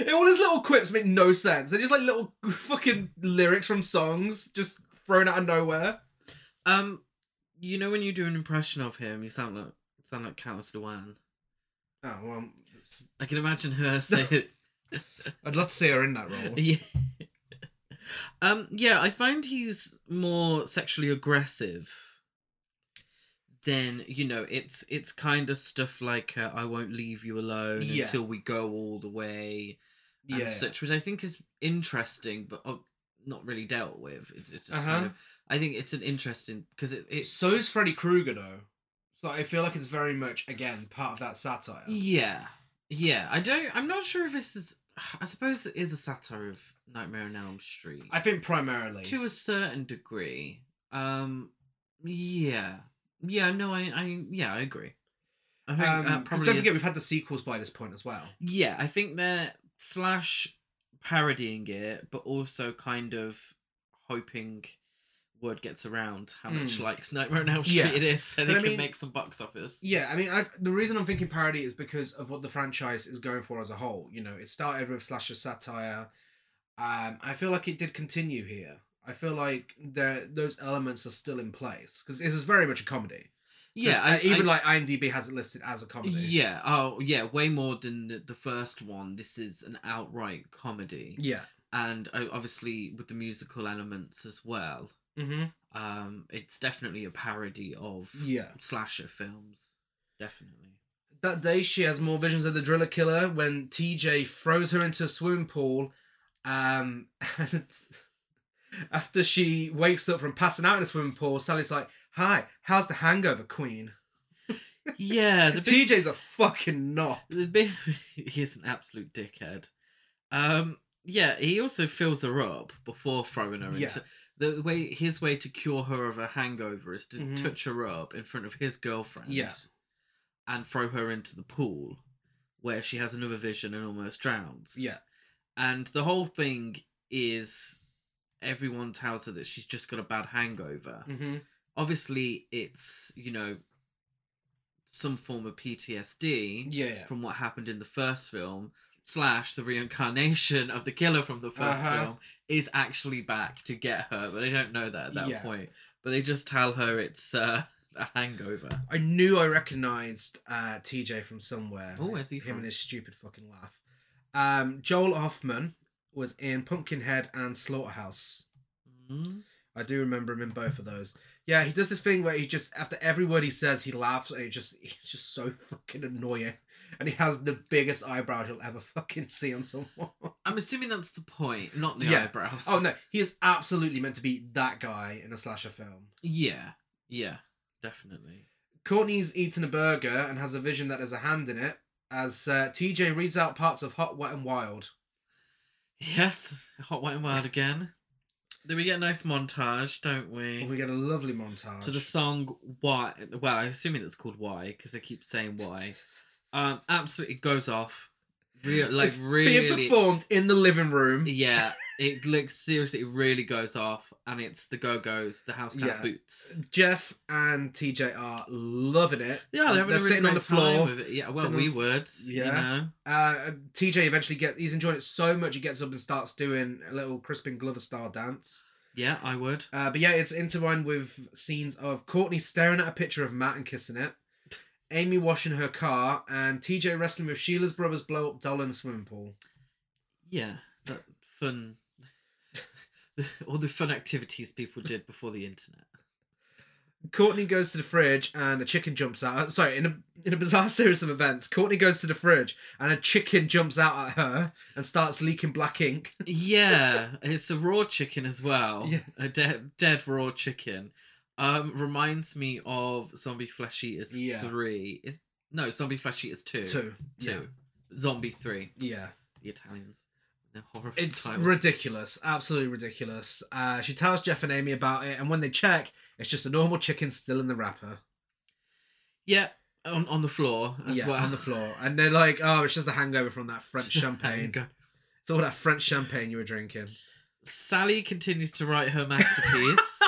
Speaker 1: And all his little quips make no sense. They're just like little fucking lyrics from songs just thrown out of nowhere.
Speaker 2: Um, you know when you do an impression of him, you sound like sound like Countess Luan.
Speaker 1: Oh, well, s-
Speaker 2: I can imagine her saying it.
Speaker 1: I'd love to see her in that role.
Speaker 2: Yeah. Um, yeah, I find he's more sexually aggressive than you know. It's it's kind of stuff like uh, "I won't leave you alone
Speaker 1: Yeah.
Speaker 2: until we go all the way" and
Speaker 1: Yeah.
Speaker 2: such, which I think is interesting, but uh, not really dealt with. It, it's just
Speaker 1: Uh-huh.
Speaker 2: kind of, I think it's an interesting because it, it
Speaker 1: So is Freddy Krueger, though. So I feel like it's very much, again, part of that satire.
Speaker 2: Yeah, yeah. I don't. I'm not sure if this is. I suppose it is a satire of Nightmare on Elm Street.
Speaker 1: I think primarily.
Speaker 2: to a certain degree um yeah yeah no i i yeah i agree i think
Speaker 1: Um,
Speaker 2: that
Speaker 1: 'cause
Speaker 2: uh, probably
Speaker 1: don't forget,
Speaker 2: is-
Speaker 1: we've had the sequels by this point as well.
Speaker 2: yeah i think they're slash parodying it but also kind of hoping word gets around how much
Speaker 1: Mm.
Speaker 2: like nightmare on elm street
Speaker 1: Yeah.
Speaker 2: it is so they
Speaker 1: But I
Speaker 2: can
Speaker 1: mean-
Speaker 2: make some box office
Speaker 1: Yeah, I mean, I, the reason I'm thinking parody is because of what the franchise is going for as a whole. You know, it started with slasher satire. Um, I feel like it did continue here. I feel like the those elements are still in place because this is very much a comedy. 'Cause,
Speaker 2: yeah
Speaker 1: uh,
Speaker 2: I,
Speaker 1: even
Speaker 2: I-
Speaker 1: like IMDb has it listed as a comedy.
Speaker 2: yeah oh yeah way more than the, the first one this is an outright comedy
Speaker 1: yeah.
Speaker 2: and uh, obviously with the musical elements as well
Speaker 1: Mm-hmm.
Speaker 2: um it's definitely a parody of
Speaker 1: Yeah.
Speaker 2: slasher films definitely
Speaker 1: That day, she has more visions of the driller killer when TJ throws her into a swimming pool. Um, and after she wakes up from passing out in a swimming pool, Sally's like, "Hi, how's the hangover, Queen?"
Speaker 2: yeah the big,
Speaker 1: TJ's a fucking knob.
Speaker 2: the big he is an absolute dickhead um yeah he also fills her up before throwing her
Speaker 1: Yeah.
Speaker 2: into the way his way to cure her of a hangover is to
Speaker 1: Mhm.
Speaker 2: touch her up in front of his girlfriend
Speaker 1: Yeah.
Speaker 2: and throw her into the pool where she has another vision and almost drowns
Speaker 1: Yeah,
Speaker 2: and the whole thing is everyone tells her that she's just got a bad hangover
Speaker 1: mm-hmm.
Speaker 2: obviously it's you know some form of ptsd
Speaker 1: yeah, yeah.
Speaker 2: from what happened in the first film slash the reincarnation of the killer from the 1st
Speaker 1: Uh-huh.
Speaker 2: film is actually back to get her but they don't know that at that
Speaker 1: Yeah.
Speaker 2: point but they just tell her it's uh, a hangover
Speaker 1: I knew I recognised uh, TJ from somewhere.
Speaker 2: Oh, where's he
Speaker 1: Him
Speaker 2: from?
Speaker 1: and his stupid fucking laugh. Um, Joel Hoffman was in Pumpkinhead and Slaughterhouse.
Speaker 2: Mm.
Speaker 1: I do remember him in both of those. Yeah, he does this thing where he just after every word he says, he laughs, and it just it's just so fucking annoying. And he has the biggest eyebrows you'll ever fucking see on someone.
Speaker 2: I'm assuming that's the point, not the
Speaker 1: Yeah.
Speaker 2: eyebrows.
Speaker 1: Oh no, he is absolutely meant to be that guy in a slasher film.
Speaker 2: Yeah, yeah, definitely.
Speaker 1: Courtney's eaten a burger and has a vision that there's a hand in it as uh, TJ reads out parts of Hot, Wet, and Wild.
Speaker 2: Yes, Hot White and Wild again. Then we get a nice montage, don't we?
Speaker 1: We get a lovely montage.
Speaker 2: to the song Why. Well, I'm assuming it's called Why because they keep saying Why. Um, absolutely goes off. Real, like
Speaker 1: It's being
Speaker 2: really.
Speaker 1: performed in the living room.
Speaker 2: Yeah, it looks seriously. It really goes off, and it's the Go Go's, the House Down
Speaker 1: Yeah. Mm,
Speaker 2: Boots.
Speaker 1: Jeff and TJ are loving it.
Speaker 2: Yeah, they're having a really
Speaker 1: sitting
Speaker 2: great
Speaker 1: on the floor.
Speaker 2: time with it. Yeah, well,
Speaker 1: sitting on
Speaker 2: we
Speaker 1: the f-
Speaker 2: would. You
Speaker 1: yeah.
Speaker 2: know?
Speaker 1: Uh, TJ eventually gets he's enjoying it so much he gets up and starts doing a little Crispin Glover style dance.
Speaker 2: Yeah, I would.
Speaker 1: Uh, but yeah, it's intertwined with scenes of Courtney staring at a picture of Matt and kissing it, Amy washing her car, and TJ wrestling with Sheila's brother's blow up doll in a swimming pool.
Speaker 2: Yeah, that fun. All the fun activities people did before the internet.
Speaker 1: Courtney goes to the fridge and a chicken jumps out. uh, Sorry, in a in a bizarre series of events, Courtney goes to the fridge and a chicken jumps out at her and starts leaking black ink.
Speaker 2: Yeah, it's a raw chicken as well.
Speaker 1: Yeah.
Speaker 2: A dead, dead raw chicken. Um, reminds me of Zombie Flesh Eaters
Speaker 1: Yeah.
Speaker 2: three. Is no Zombie Flesh Eaters two.
Speaker 1: Two. Yeah.
Speaker 2: Two. Zombie three.
Speaker 1: Yeah.
Speaker 2: The Italians. They're horrible.
Speaker 1: It's
Speaker 2: titles.
Speaker 1: ridiculous, absolutely ridiculous. Uh, she tells Jeff and Amy about it, and when they check, it's just a normal chicken still in the wrapper.
Speaker 2: Yeah, on on the floor as
Speaker 1: yeah,
Speaker 2: well.
Speaker 1: on the floor, and they're like, "Oh, it's just a hangover from that French champagne.
Speaker 2: Go-
Speaker 1: It's all that French champagne you were drinking."
Speaker 2: Sally continues to write her masterpiece.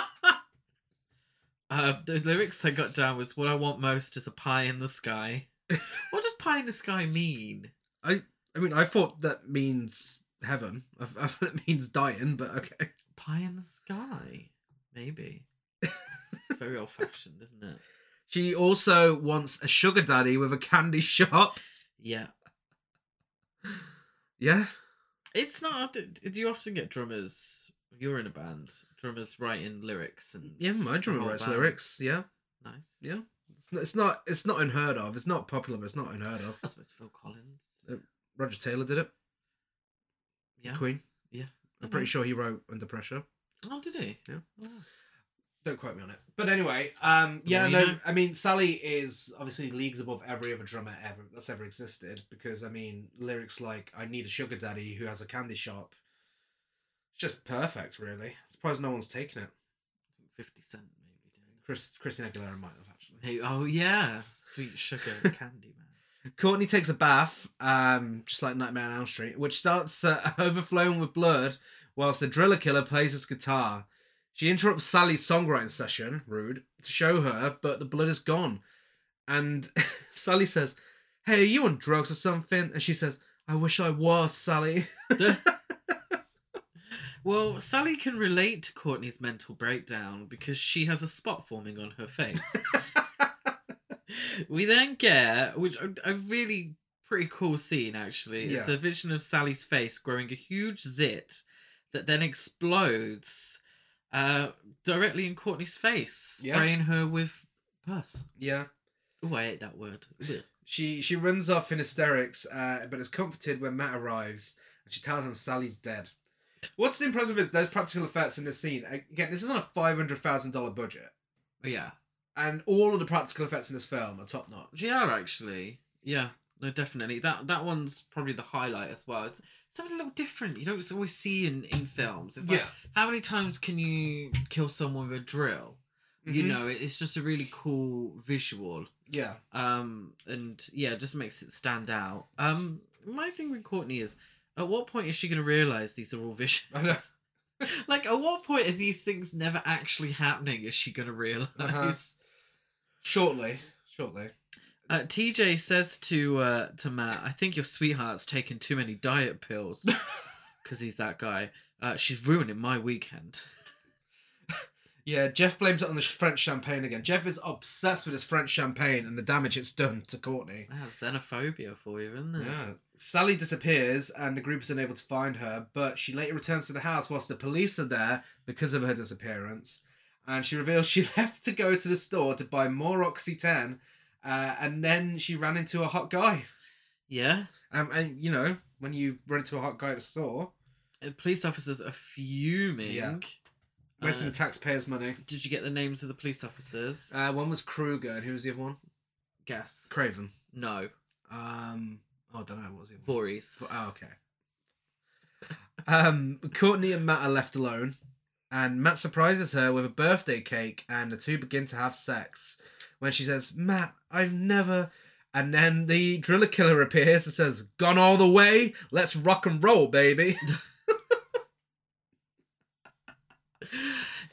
Speaker 2: uh, the lyrics I got down was "What I want most is a pie in the sky." what does pie in the sky mean?
Speaker 1: I mean, I thought that means heaven. I, I thought it means dying, but okay.
Speaker 2: Pie in the sky, maybe. It's Very old fashioned, isn't it?
Speaker 1: She also wants a sugar daddy with a candy shop.
Speaker 2: Yeah,
Speaker 1: Yeah,
Speaker 2: it's not. Do you often get drummers? You're in a band. Drummers writing lyrics and
Speaker 1: yeah. My drummer
Speaker 2: the whole
Speaker 1: writes
Speaker 2: band.
Speaker 1: lyrics. Yeah,
Speaker 2: Nice.
Speaker 1: Yeah. it's not. It's not unheard of. It's not popular, but it's not unheard of.
Speaker 2: I suppose Phil Collins.
Speaker 1: Uh, Roger Taylor did it.
Speaker 2: yeah. Mm-hmm.
Speaker 1: Queen.
Speaker 2: I
Speaker 1: I'm pretty
Speaker 2: know.
Speaker 1: sure he wrote Under Pressure.
Speaker 2: Oh, did he?
Speaker 1: Yeah.
Speaker 2: Oh.
Speaker 1: Don't quote me on it. But anyway, um,
Speaker 2: The
Speaker 1: yeah,
Speaker 2: more you
Speaker 1: no,
Speaker 2: know.
Speaker 1: I mean, Sally is obviously leagues above every other drummer ever that's ever existed because I mean, lyrics like "I need a sugar daddy who has a candy shop," it's just perfect, really. Surprised no one's taken it.
Speaker 2: Fifty Cent maybe. Doing that.
Speaker 1: Chris, Christina Aguilera might have actually.
Speaker 2: Hey, oh yeah, sweet sugar candy man.
Speaker 1: Courtney takes a bath, um, just like Nightmare on Elm Street, which starts uh, overflowing with blood whilst the driller killer plays his guitar. She interrupts Sally's songwriting session, rude, to show her, but the blood is gone. And Sally says, Hey, are you on drugs or something? And she says, I wish I was, Sally.
Speaker 2: Well, Sally can relate to Courtney's mental breakdown because she has a spot forming on her face. we then get, which a- a really pretty cool scene actually. It's
Speaker 1: Yeah.
Speaker 2: a vision of Sally's face growing a huge zit that then explodes uh, directly in Courtney's face,
Speaker 1: Yeah.
Speaker 2: spraying her with pus.
Speaker 1: yeah.
Speaker 2: Oh, I hate that word. Ugh.
Speaker 1: She she runs off in hysterics, uh, but is comforted when Matt arrives and she tells him Sally's dead. What's impressive is those practical effects in this scene. Again, this is on a five hundred thousand dollar budget,
Speaker 2: yeah.
Speaker 1: and all of the practical effects in this film are top notch.
Speaker 2: They are actually. Yeah. No, definitely. That that one's probably the highlight as well. It's something a little different. You don't always see in, in films. It's like
Speaker 1: Yeah.
Speaker 2: how many times can you kill someone with a drill? You
Speaker 1: Mhm.
Speaker 2: know, it- it's just a really cool visual.
Speaker 1: Yeah,
Speaker 2: Um and yeah, it just makes it stand out. Um my thing with Courtney is at what point is she gonna realise these are all visions?
Speaker 1: I know.
Speaker 2: like at what point are these things never actually happening? Is she gonna
Speaker 1: Uh-huh.
Speaker 2: realise?
Speaker 1: Shortly, shortly.
Speaker 2: Uh, TJ says to uh, to Matt, "I think your sweetheart's taken too many diet pills because he's that guy. Uh, she's ruining my weekend."
Speaker 1: Yeah, Jeff blames it on the sh- French champagne again. Jeff is obsessed with his French champagne and the damage it's done to Courtney.
Speaker 2: That's xenophobia for you, isn't it?
Speaker 1: Yeah. Sally disappears and the group is unable to find her, but she later returns to the house whilst the police are there because of her disappearance. And she reveals she left to go to the store to buy more Oxy 10, uh, and then she ran into a hot guy.
Speaker 2: Yeah.
Speaker 1: Um, and, you know, when you run into a hot guy at a store,
Speaker 2: Uh, Police officers are fuming.
Speaker 1: Yeah. wasting
Speaker 2: Uh,
Speaker 1: the taxpayers' money.
Speaker 2: Did you get the names of the police officers?
Speaker 1: Uh, one was Kruger, and who was the other one?
Speaker 2: Guess.
Speaker 1: Craven.
Speaker 2: No.
Speaker 1: Um, oh, I don't know. What was the other one?
Speaker 2: Voorhees.
Speaker 1: But- Oh, okay. Um, Courtney and Matt are left alone, and Matt surprises her with a birthday cake, and the two begin to have sex. When she says, "Matt, I've never," and then the driller killer appears and says, "Gone all the way, let's rock and roll, baby."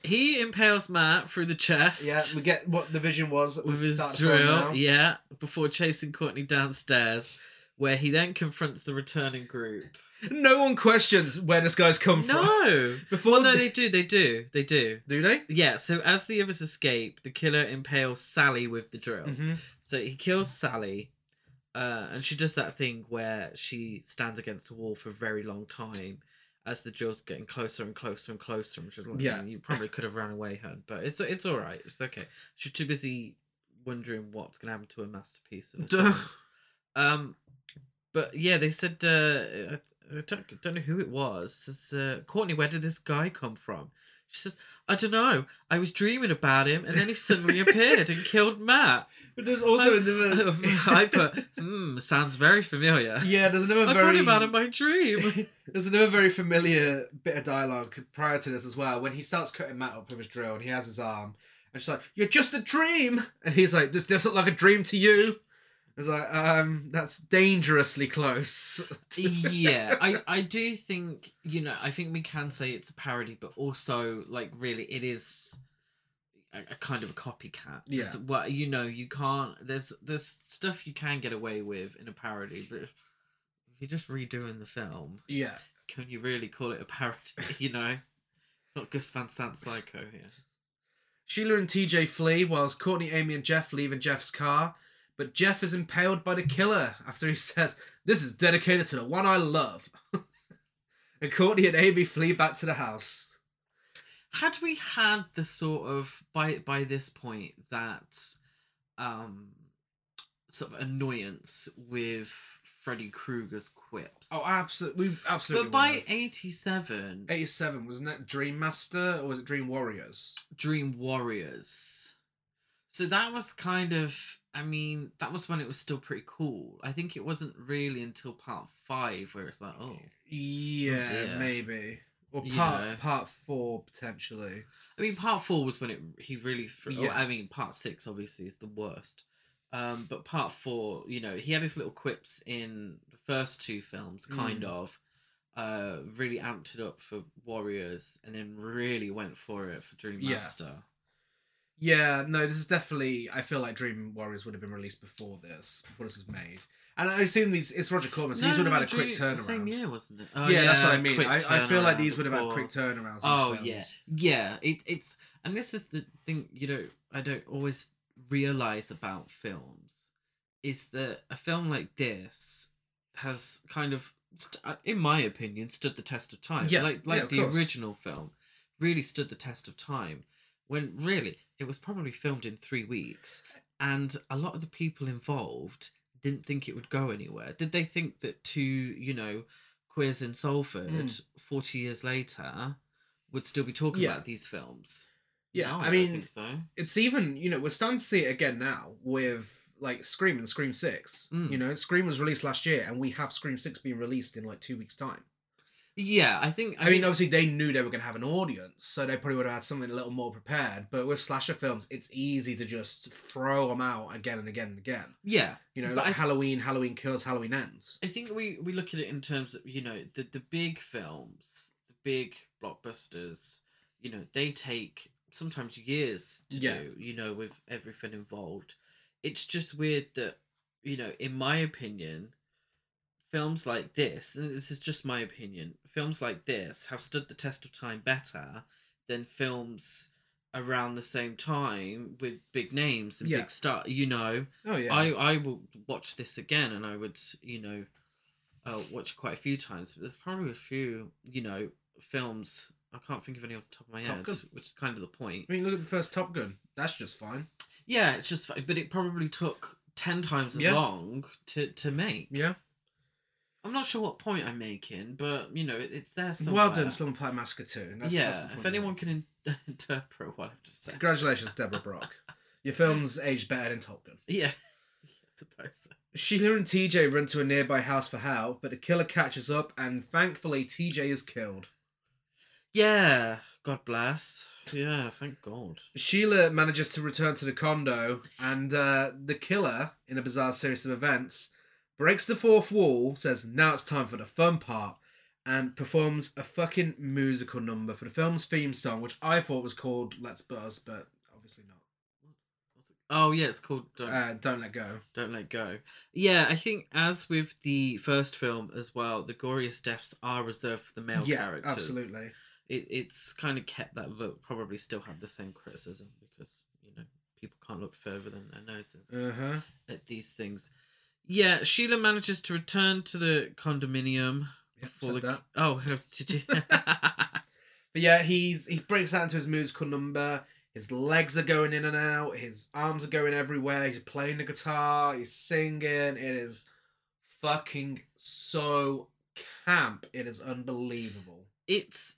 Speaker 2: He impales Matt through the chest.
Speaker 1: yeah, we get what the vision was. that
Speaker 2: with
Speaker 1: we
Speaker 2: his
Speaker 1: start from now.
Speaker 2: drill, yeah, before chasing Courtney downstairs, where he then confronts the returning group.
Speaker 1: No one questions where this guy's come from.
Speaker 2: No,
Speaker 1: Before
Speaker 2: well, no,
Speaker 1: the-
Speaker 2: they do, they do, they do.
Speaker 1: Do they?
Speaker 2: Yeah, so as the others escape, the killer impales Sally with the drill.
Speaker 1: Mhm.
Speaker 2: So he kills Sally, uh, and she does that thing where she stands against the wall for a very long time as the drill's getting closer and closer and closer. And she's like,
Speaker 1: Yeah.
Speaker 2: "Mm, you probably could have run away, hun, but it's it's all right. It's okay. She's too busy wondering what's going to happen to her masterpiece. or
Speaker 1: Duh.
Speaker 2: something. Um, but yeah, they said uh, I, I don't I don't know who it was. Says, uh, Courtney, where did this guy come from? She says, I don't know. I was dreaming about him, and then he suddenly appeared and killed Matt.
Speaker 1: But there's also another.
Speaker 2: I put, hmm, sounds very familiar.
Speaker 1: yeah, there's another
Speaker 2: I
Speaker 1: very.
Speaker 2: brought him out of my dream.
Speaker 1: There's another very familiar bit of dialogue prior to this as well when he starts cutting Matt up with his drill and he has his arm. And she's like, You're just a dream. And he's like, Does this look like a dream to you? It's like, um, that's dangerously close.
Speaker 2: yeah, I, I do think, you know, I think we can say it's a parody, but also, like, really, it is a, a kind of a copycat.
Speaker 1: Yeah.
Speaker 2: It's What, you know, you can't, there's, there's stuff you can get away with in a parody, but if you're just redoing the film,
Speaker 1: Yeah.
Speaker 2: can you really call it a parody? You know? It's Not Gus Van Sant Psycho here.
Speaker 1: Sheila and TJ flee whilst Courtney, Amy, and Jeff leave in Jeff's car. But Jeff is impaled by the killer after he says, This is dedicated to the one I love. and Courtney and Amy flee back to the house.
Speaker 2: had we had the sort of by by this point that um sort of annoyance with Freddy Krueger's quips.
Speaker 1: Oh, absolutely. We absolutely.
Speaker 2: But by
Speaker 1: would've.
Speaker 2: 87
Speaker 1: 87 wasn't that dream master or was it dream warriors
Speaker 2: Dream Warriors. So that was kind of I mean, that was when it was still pretty cool. I think it wasn't really until part 5 where it's like, oh.
Speaker 1: yeah
Speaker 2: dear.
Speaker 1: maybe or
Speaker 2: You
Speaker 1: part
Speaker 2: know.
Speaker 1: part four potentially
Speaker 2: I mean, part four was when it he really. fr-
Speaker 1: Yeah.
Speaker 2: I mean, part six obviously is the worst. Um, but part four, you know, he had his little quips in the first two films, kind
Speaker 1: Mm.
Speaker 2: of. Uh, really amped it up for Warriors, and then really went for it for Dream
Speaker 1: Yeah.
Speaker 2: Master.
Speaker 1: yeah no this is definitely i feel like dream warriors would have been released before this before this was made and i assume these it's roger corman so these would have had a quick
Speaker 2: Dream-
Speaker 1: turnaround
Speaker 2: Same year, wasn't it? Oh,
Speaker 1: yeah, that's what i mean
Speaker 2: quick
Speaker 1: I, I feel like
Speaker 2: turnaround,
Speaker 1: these
Speaker 2: of
Speaker 1: would have had quick
Speaker 2: course.
Speaker 1: turnarounds these
Speaker 2: Oh
Speaker 1: films.
Speaker 2: yeah, yeah. It, it's and this is the thing you know I don't always realize about films is that a film like this has kind of, st- uh, in my opinion, stood the test of time.
Speaker 1: Yeah,
Speaker 2: like
Speaker 1: yeah,
Speaker 2: like
Speaker 1: of
Speaker 2: the
Speaker 1: course.
Speaker 2: original film really stood the test of time when really it was probably filmed in three weeks and a lot of the people involved didn't think it would go anywhere did they think that two you know queers in salford
Speaker 1: Mm.
Speaker 2: 40 years later would still be talking
Speaker 1: Yeah.
Speaker 2: about these films
Speaker 1: yeah
Speaker 2: No,
Speaker 1: i
Speaker 2: don't
Speaker 1: mean
Speaker 2: think so
Speaker 1: it's even you know we're starting to see it again now with like scream and scream six
Speaker 2: Mm.
Speaker 1: you know scream was released last year and we have scream six being released in like two weeks time
Speaker 2: yeah i think
Speaker 1: I mean, obviously they knew they were going to have an audience, so they probably would have had something a little more prepared. But with slasher films, it's easy to just throw them out again and again and again.
Speaker 2: yeah
Speaker 1: You know,
Speaker 2: But
Speaker 1: like
Speaker 2: I-
Speaker 1: Halloween, Halloween kills, Halloween ends.
Speaker 2: I think we we look at it in terms of you know the the big films, the big blockbusters. You know they take sometimes years to
Speaker 1: Yeah.
Speaker 2: do. You know with everything involved, it's just weird that you know in my opinion, films like this and this is just my opinion. Films like this have stood the test of time better than films around the same time with big names and
Speaker 1: Yeah.
Speaker 2: big star. You know,
Speaker 1: Oh yeah.
Speaker 2: I I will watch this again, and I would you know, uh, watch it quite a few times. But there's probably a few you know films. I can't think of any off the top of my
Speaker 1: Top
Speaker 2: head,
Speaker 1: Gun.
Speaker 2: which is kind of the point.
Speaker 1: I mean, look at the first Top Gun. That's just fine.
Speaker 2: Yeah, it's just, but it probably took ten times as
Speaker 1: Yeah.
Speaker 2: long to to make.
Speaker 1: Yeah.
Speaker 2: I'm not sure what point I'm making, but you know, it, it's there somewhere.
Speaker 1: Well done, Slumber Party Massacre 2. That's,
Speaker 2: yeah,
Speaker 1: that's the
Speaker 2: if
Speaker 1: point.
Speaker 2: anyone can in- interpret what I've just said.
Speaker 1: Congratulations, Deborah Brock. Your film's aged better than Top Gun.
Speaker 2: Yeah, I suppose so.
Speaker 1: Sheila and TJ run to a nearby house for Hal, but the killer catches up, and thankfully, TJ is killed.
Speaker 2: Yeah, God bless. Yeah, thank God.
Speaker 1: Sheila manages to return to the condo, and uh, the killer, in a bizarre series of events, breaks the fourth wall, says, Now it's time for the fun part, and performs a fucking musical number for the film's theme song, which I thought was called Let's Buzz, but obviously not.
Speaker 2: Oh yeah, it's called Don't,
Speaker 1: Uh, Don't Let Go.
Speaker 2: Don't Let Go. Yeah, I think as with the first film as well, the goriest deaths are reserved for the male
Speaker 1: yeah,
Speaker 2: characters.
Speaker 1: absolutely.
Speaker 2: It, it's kind of kept that look. Probably still have the same criticism because you know people can't look further than their noses.
Speaker 1: Uh huh.
Speaker 2: at these things. Yeah, Sheila manages to return to the condominium
Speaker 1: Yep,
Speaker 2: before the
Speaker 1: said that.
Speaker 2: oh did you?
Speaker 1: But yeah, he's he breaks out into his musical number. His legs are going in and out. His arms are going everywhere. He's playing the guitar. He's singing. It is fucking so camp. It is unbelievable.
Speaker 2: it's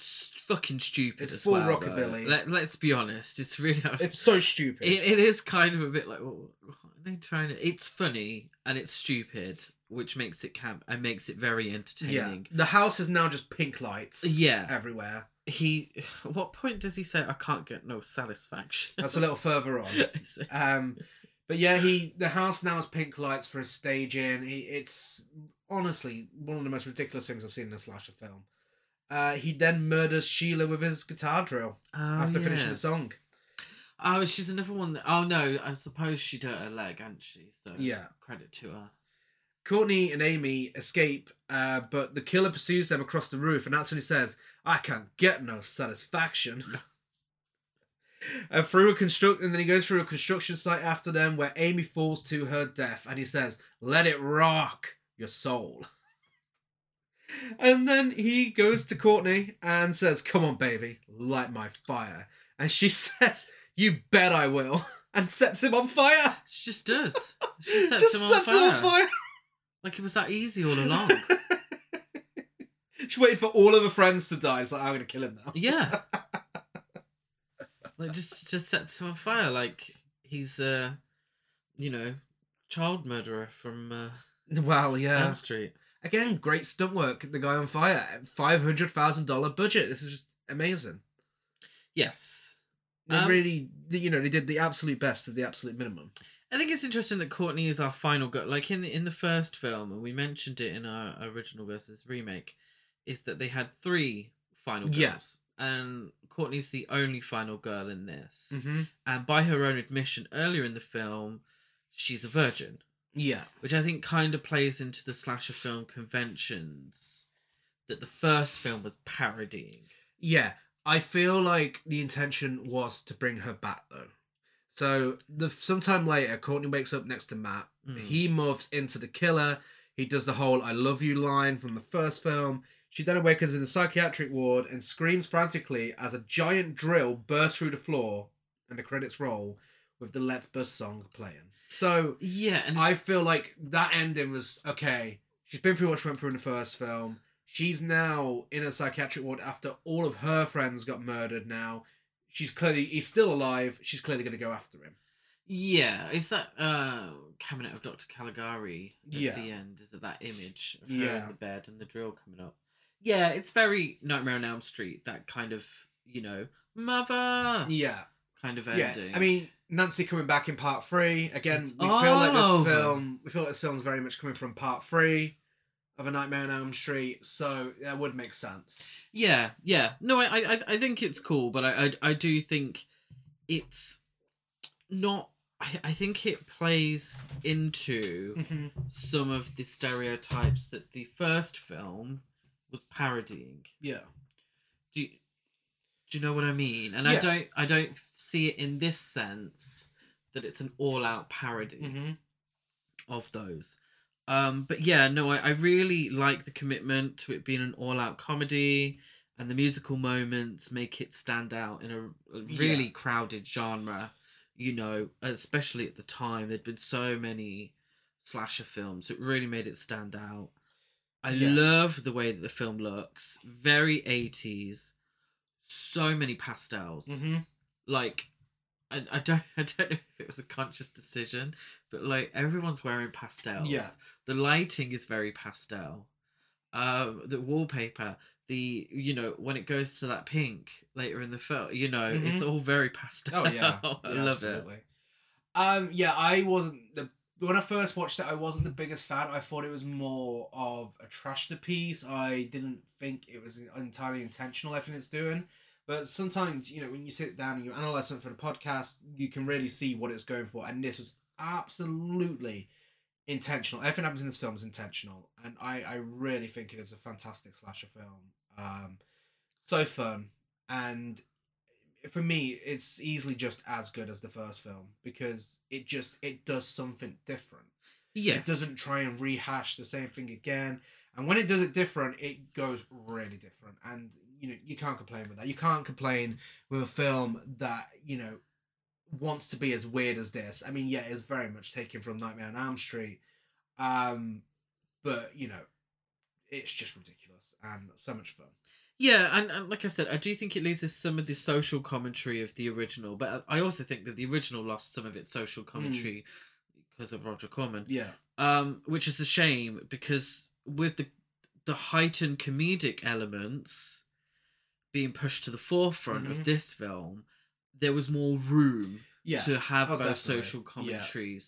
Speaker 2: s- fucking stupid.
Speaker 1: It's
Speaker 2: as
Speaker 1: full
Speaker 2: well, though.
Speaker 1: rockabilly.
Speaker 2: Let, let's be honest, it's really
Speaker 1: It's so stupid.
Speaker 2: it, it is kind of a bit like what, what are they trying to? It's funny and it's stupid, which makes it camp and makes it very
Speaker 1: yeah.
Speaker 2: entertaining.
Speaker 1: The house is now just pink lights.
Speaker 2: Yeah.
Speaker 1: Everywhere.
Speaker 2: He, at what point does he say I can't get no satisfaction?
Speaker 1: That's a little further on. Um, but yeah, he the house now has pink lights for his staging. He, it's honestly one of the most ridiculous things I've seen in a slasher film. Uh, he then murders Sheila with his guitar drill after finishing the song.
Speaker 2: Oh, she's another one. That, oh no, I suppose she hurt her leg, hasn't she? So
Speaker 1: Yeah.
Speaker 2: credit to her.
Speaker 1: Courtney and Amy escape, uh, but the killer pursues them across the roof, and that's when he says, I can't get no satisfaction. and through a construct and then he goes through a construction site after them where Amy falls to her death and he says, Let it rock your soul. and then he goes to Courtney and says, Come on, baby, light my fire. And she says, You bet I will. And sets him on fire.
Speaker 2: She just does. She sets
Speaker 1: Just
Speaker 2: him on
Speaker 1: sets
Speaker 2: fire.
Speaker 1: him on fire.
Speaker 2: Like it was that easy all along.
Speaker 1: She waited for all of her friends to die. It's like, I'm going to kill him now.
Speaker 2: yeah. Like just just sets him on fire. Like he's uh, you know, child murderer from uh,
Speaker 1: Well,
Speaker 2: Elm
Speaker 1: yeah.
Speaker 2: Street.
Speaker 1: Again, great stunt work. The guy on fire. $500,000 budget. This is just amazing.
Speaker 2: Yes.
Speaker 1: They
Speaker 2: Um,
Speaker 1: really, you know, they did the absolute best with the absolute minimum.
Speaker 2: I think it's interesting that Courtney is our final girl. Like in the, in the first film, and we mentioned it in our original versus remake, is that they had three final girls,
Speaker 1: Yeah.
Speaker 2: and Courtney's the only final girl in this.
Speaker 1: Mm-hmm.
Speaker 2: And by her own admission, earlier in the film, she's a virgin,
Speaker 1: Yeah.
Speaker 2: which I think kind of plays into the slasher film conventions that the first film was parodying.
Speaker 1: Yeah. I feel like the intention was to bring her back, though. So, the sometime later, Courtney wakes up next to Matt.
Speaker 2: Mm.
Speaker 1: He morphs into the killer. He does the whole I love you line from the first film. She then awakens in the psychiatric ward and screams frantically as a giant drill bursts through the floor and the credits roll with the Let's Bust song playing. So
Speaker 2: Yeah, and
Speaker 1: I feel like that ending was okay. She's been through what she went through in the first film. She's now in a psychiatric ward after all of her friends got murdered now. She's clearly, he's still alive. She's clearly going to go after him.
Speaker 2: Yeah, it's that uh, cabinet of Dr. Caligari at
Speaker 1: Yeah.
Speaker 2: the end. Is it that image of her
Speaker 1: Yeah.
Speaker 2: in the bed and the drill coming up? Yeah, it's very Nightmare on Elm Street, that kind of, you know, mother
Speaker 1: Yeah.
Speaker 2: kind of
Speaker 1: Yeah,
Speaker 2: ending.
Speaker 1: I mean Nancy coming back in part three again.
Speaker 2: It's
Speaker 1: we feel like this
Speaker 2: all over.
Speaker 1: film. We feel like this film's very much coming from part three of A Nightmare on Elm Street, so that would make sense.
Speaker 2: yeah, yeah. No, I, I, I think it's cool, but I, I, I do think it's not. I, I think it plays
Speaker 1: Hmm.
Speaker 2: into some of the stereotypes that the first film was parodying.
Speaker 1: Yeah,
Speaker 2: Do you, Do you know what I mean? And I
Speaker 1: Yeah.
Speaker 2: don't I don't see it in this sense that it's an all out parody
Speaker 1: Mhm.
Speaker 2: of those. Um, but yeah, no, I, I really like the commitment to it being an all out comedy and the musical moments make it stand out in a, a really
Speaker 1: Yeah.
Speaker 2: crowded genre, you know, especially at the time. There'd been so many slasher films, it really made it stand out. I
Speaker 1: Yeah.
Speaker 2: love the way that the film looks, very 80s, so many pastels
Speaker 1: Mhm.
Speaker 2: like I, I don't I don't know if it was a conscious decision, but like everyone's wearing pastels.
Speaker 1: Yeah.
Speaker 2: The lighting is very pastel. Um the wallpaper, the you know, when it goes to that pink later in the film, you know, it's all very pastel.
Speaker 1: Mm-hmm. Oh yeah,
Speaker 2: I
Speaker 1: Yeah,
Speaker 2: love it.
Speaker 1: absolutely. Um, yeah, I wasn't the when I first watched it. I wasn't the biggest fan. I thought it was more of a trash to piece. I didn't think it was entirely intentional. Everything it's doing, but sometimes you know when you sit down and you analyze something for the podcast, you can really see what it's going for. And this was absolutely intentional. Everything happens in this film is intentional, and I I really think it is a fantastic slasher film. Um, so fun and for me it's easily just as good as the first film because it just it does something different
Speaker 2: Yeah.
Speaker 1: it doesn't try and rehash the same thing again and when it does it different it goes really different and you know you can't complain with that you can't complain with a film that you know wants to be as weird as this i mean yeah it's very much taken from nightmare on elm street um but you know it's just ridiculous and so much fun
Speaker 2: Yeah, and, and like I said, I do think it loses some of the social commentary of the original, but uh, I I also think that the original lost some of its
Speaker 1: Hmm.
Speaker 2: social commentary because of Roger Corman.
Speaker 1: yeah
Speaker 2: um, which is a shame because with the the heightened comedic elements being pushed to the forefront
Speaker 1: Mhm.
Speaker 2: of this film, there was more room
Speaker 1: yeah
Speaker 2: to have
Speaker 1: Oh,
Speaker 2: those
Speaker 1: definitely.
Speaker 2: social
Speaker 1: Yeah.
Speaker 2: commentaries.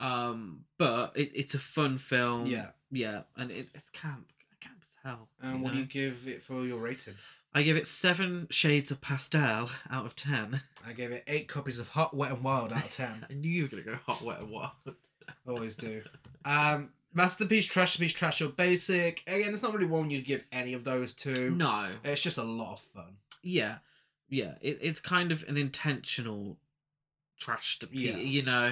Speaker 2: Um, but it, it's a fun film.
Speaker 1: Yeah.
Speaker 2: yeah, and it, it's camp, camp as hell.
Speaker 1: And
Speaker 2: you
Speaker 1: what do
Speaker 2: know?
Speaker 1: you give it for your rating?
Speaker 2: I give it seven shades of pastel out of ten.
Speaker 1: I gave it eight copies of Hot, Wet, and Wild out of ten.
Speaker 2: I knew you were gonna go "Oh, hot, wet, and wild.
Speaker 1: Always do. Um, masterpiece, trash piece, trash or basic. Again, it's not really one you'd give any of those to.
Speaker 2: No,
Speaker 1: It's just a lot of fun.
Speaker 2: yeah yeah it, it's kind of an intentional trash to pee,
Speaker 1: Yeah.
Speaker 2: you know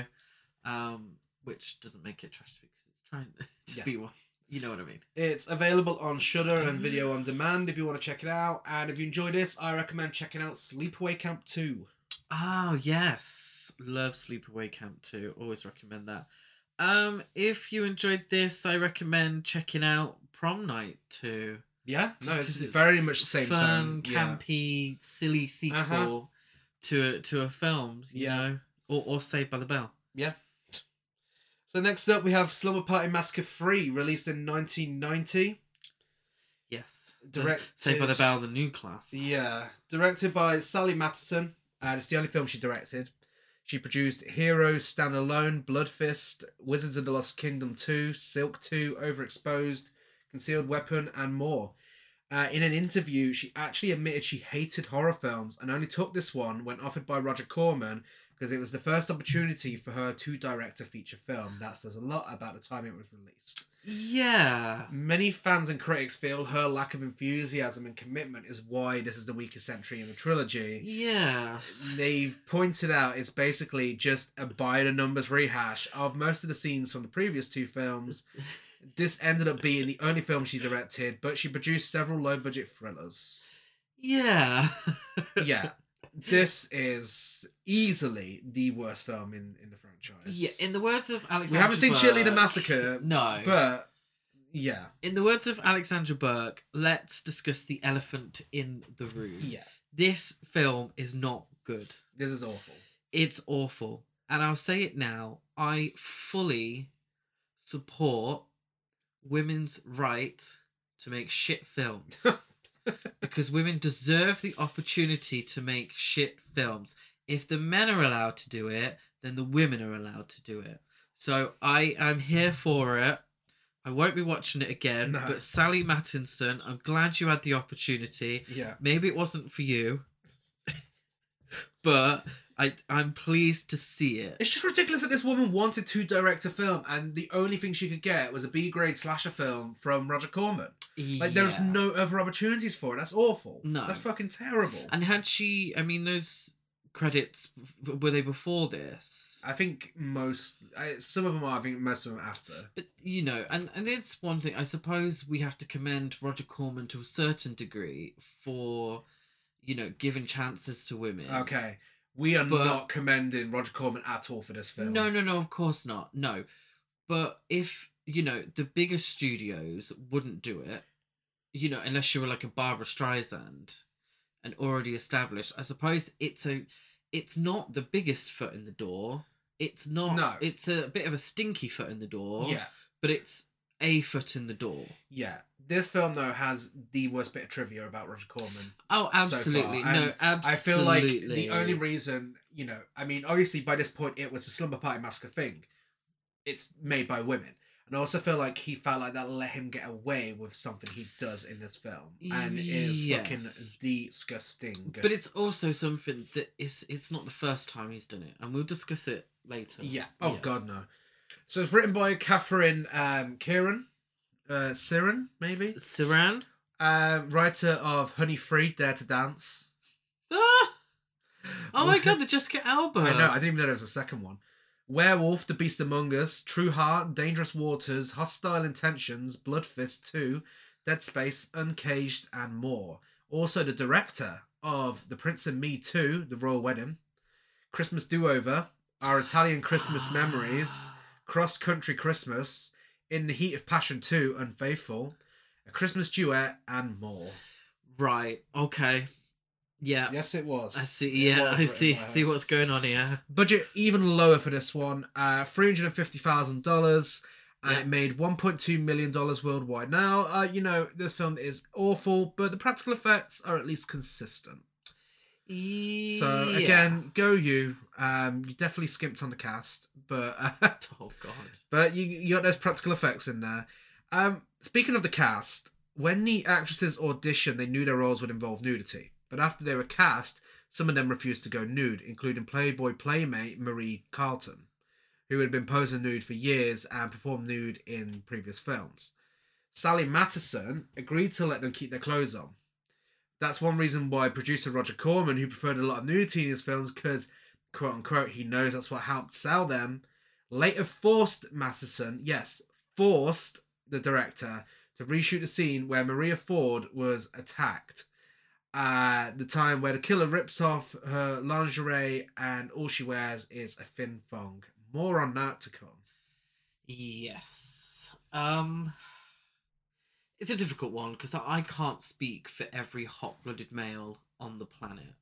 Speaker 2: um which doesn't make it trash to because it's trying to
Speaker 1: Yeah.
Speaker 2: be one you know what i mean
Speaker 1: It's available on Shudder
Speaker 2: Mm-hmm.
Speaker 1: and video on demand if you want to check it out. And if you enjoy this, I recommend checking out Sleepaway Camp 2.
Speaker 2: oh yes love sleepaway camp too always recommend that um if you enjoyed this i recommend checking out prom night too
Speaker 1: Yeah? No,
Speaker 2: Just
Speaker 1: it's,
Speaker 2: 'cause
Speaker 1: very much the same
Speaker 2: fun,
Speaker 1: time. Yeah.
Speaker 2: campy silly sequel to a to a film you
Speaker 1: Yeah.
Speaker 2: know or, or saved by the bell
Speaker 1: Yeah. So next up, we have Slumber Party Massacre 3, released in 1990.
Speaker 2: Yes.
Speaker 1: Direct
Speaker 2: Saved by the
Speaker 1: is-
Speaker 2: Bell, the new class.
Speaker 1: Yeah, uh, directed by Sally Matterson, and it's the only film she directed. She produced Heroes, Stand Alone, Blood Fist, Wizards of the Lost Kingdom 2, Silk 2, Overexposed, Concealed Weapon, and more. Uh, in an interview, she actually admitted she hated horror films and only took this one when offered by Roger Corman because it was the first opportunity for her to direct a feature film. That says a lot about the time it was released.
Speaker 2: Yeah.
Speaker 1: Many fans and critics feel her lack of enthusiasm and commitment is why this is the weakest entry in the trilogy.
Speaker 2: Yeah.
Speaker 1: They've pointed out it's basically just a by the numbers rehash of most of the scenes from the previous two films. This ended up being the only film she directed, but she produced several low budget thrillers.
Speaker 2: Yeah.
Speaker 1: Yeah, this is easily the worst film in, in the franchise.
Speaker 2: yeah. In the words of Alexandra
Speaker 1: we haven't seen Cheerleader
Speaker 2: Burke-
Speaker 1: Massacre,
Speaker 2: No.
Speaker 1: but yeah,
Speaker 2: in the words of Alexandra Burke, let's discuss the elephant in the room.
Speaker 1: yeah,
Speaker 2: This film is not good.
Speaker 1: this is awful.
Speaker 2: It's awful. And I'll say it now. I fully support women's right to make shit films. because women deserve the opportunity to make shit films. If the men are allowed to do it, then the women are allowed to do it. So I am here for it. I won't be watching it again.
Speaker 1: Mm. No.
Speaker 2: But Sally Mattinson, I'm glad you had the opportunity
Speaker 1: Yeah.
Speaker 2: maybe it wasn't for you but I I'm pleased to see it.
Speaker 1: It's just ridiculous that this woman wanted to direct a film, and the only thing she could get was a B grade slasher film from Roger Corman. Like, there's
Speaker 2: Yeah.
Speaker 1: no other opportunities for it. That's awful.
Speaker 2: No.
Speaker 1: That's fucking terrible.
Speaker 2: And had she? I mean, those credits w- were they before this?
Speaker 1: I think most, I, some of them are, I think most of them are after.
Speaker 2: But you know, and and it's one thing. I suppose we have to commend Roger Corman to a certain degree for, you know, giving chances to women.
Speaker 1: Okay. We are
Speaker 2: But-
Speaker 1: not commending Roger Corman at all for this film.
Speaker 2: No, no, no. Of course not. No, but if you know the bigger studios wouldn't do it, you know, unless you were like a Barbara Streisand, and already established. I suppose it's a, it's not the biggest foot in the door. It's not.
Speaker 1: No.
Speaker 2: It's a bit of a stinky foot in the door.
Speaker 1: Yeah.
Speaker 2: But it's a foot in the door.
Speaker 1: Yeah. This film, though, has the worst bit of trivia about Roger Corman.
Speaker 2: Oh, absolutely. No,
Speaker 1: and
Speaker 2: absolutely.
Speaker 1: I feel like the only reason, you know, I mean, obviously by this point it was a slumber party massacre thing. It's made by women. And I also feel like he felt like that let him get away with something he does in this film. And it is fucking
Speaker 2: Yes.
Speaker 1: disgusting.
Speaker 2: But it's also something that is. It's not the first time he's done it, and we'll discuss it later.
Speaker 1: Yeah. Oh god no. So it's written by Catherine um Kieran. Uh Siren, maybe?
Speaker 2: S- Saran.
Speaker 1: Um, writer of Honey Free, Dare to Dance.
Speaker 2: Ah! Oh my
Speaker 1: Okay.
Speaker 2: god, the Jessica Alba.
Speaker 1: I know, I didn't even know there was a second one. Werewolf, The Beast Among Us, True Heart, Dangerous Waters, Hostile Intentions, Blood Fist 2, Dead Space, Uncaged, and more. Also the director of The Prince and Me 2, The Royal Wedding, Christmas Do Over, Our Italian
Speaker 2: Ah.
Speaker 1: Christmas Memories, Cross Country Christmas, In the Heat of Passion 2, Unfaithful, A Christmas Duet, and more.
Speaker 2: Right. Okay. Yeah.
Speaker 1: Yes, it was.
Speaker 2: I see.
Speaker 1: It
Speaker 2: Yeah,
Speaker 1: was
Speaker 2: I
Speaker 1: written
Speaker 2: see.
Speaker 1: by her.
Speaker 2: See what's going on here.
Speaker 1: budget even lower for this one uh $350000 and
Speaker 2: Yeah.
Speaker 1: it made $1.2 million worldwide now uh, you know this film is awful but the practical effects are at least consistent so
Speaker 2: Yeah.
Speaker 1: again go you um, you definitely skimped on the cast but uh,
Speaker 2: Oh god.
Speaker 1: but you, you got those practical effects in there um, speaking of the cast when the actresses auditioned they knew their roles would involve nudity but after they were cast some of them refused to go nude including playboy playmate marie carlton who had been posing nude for years and performed nude in previous films. Sally Matterson agreed to let them keep their clothes on. That's one reason why producer Roger Corman, who preferred a lot of nudity in his films because, quote unquote, he knows that's what helped sell them, later forced Matterson, yes, forced the director to reshoot the scene where Maria Ford was attacked. Uh, the time where the killer rips off her lingerie and all she wears is a thin thong. More on that to come.
Speaker 2: Yes. Um. It's a difficult one because I can't speak for every hot-blooded male on the planet.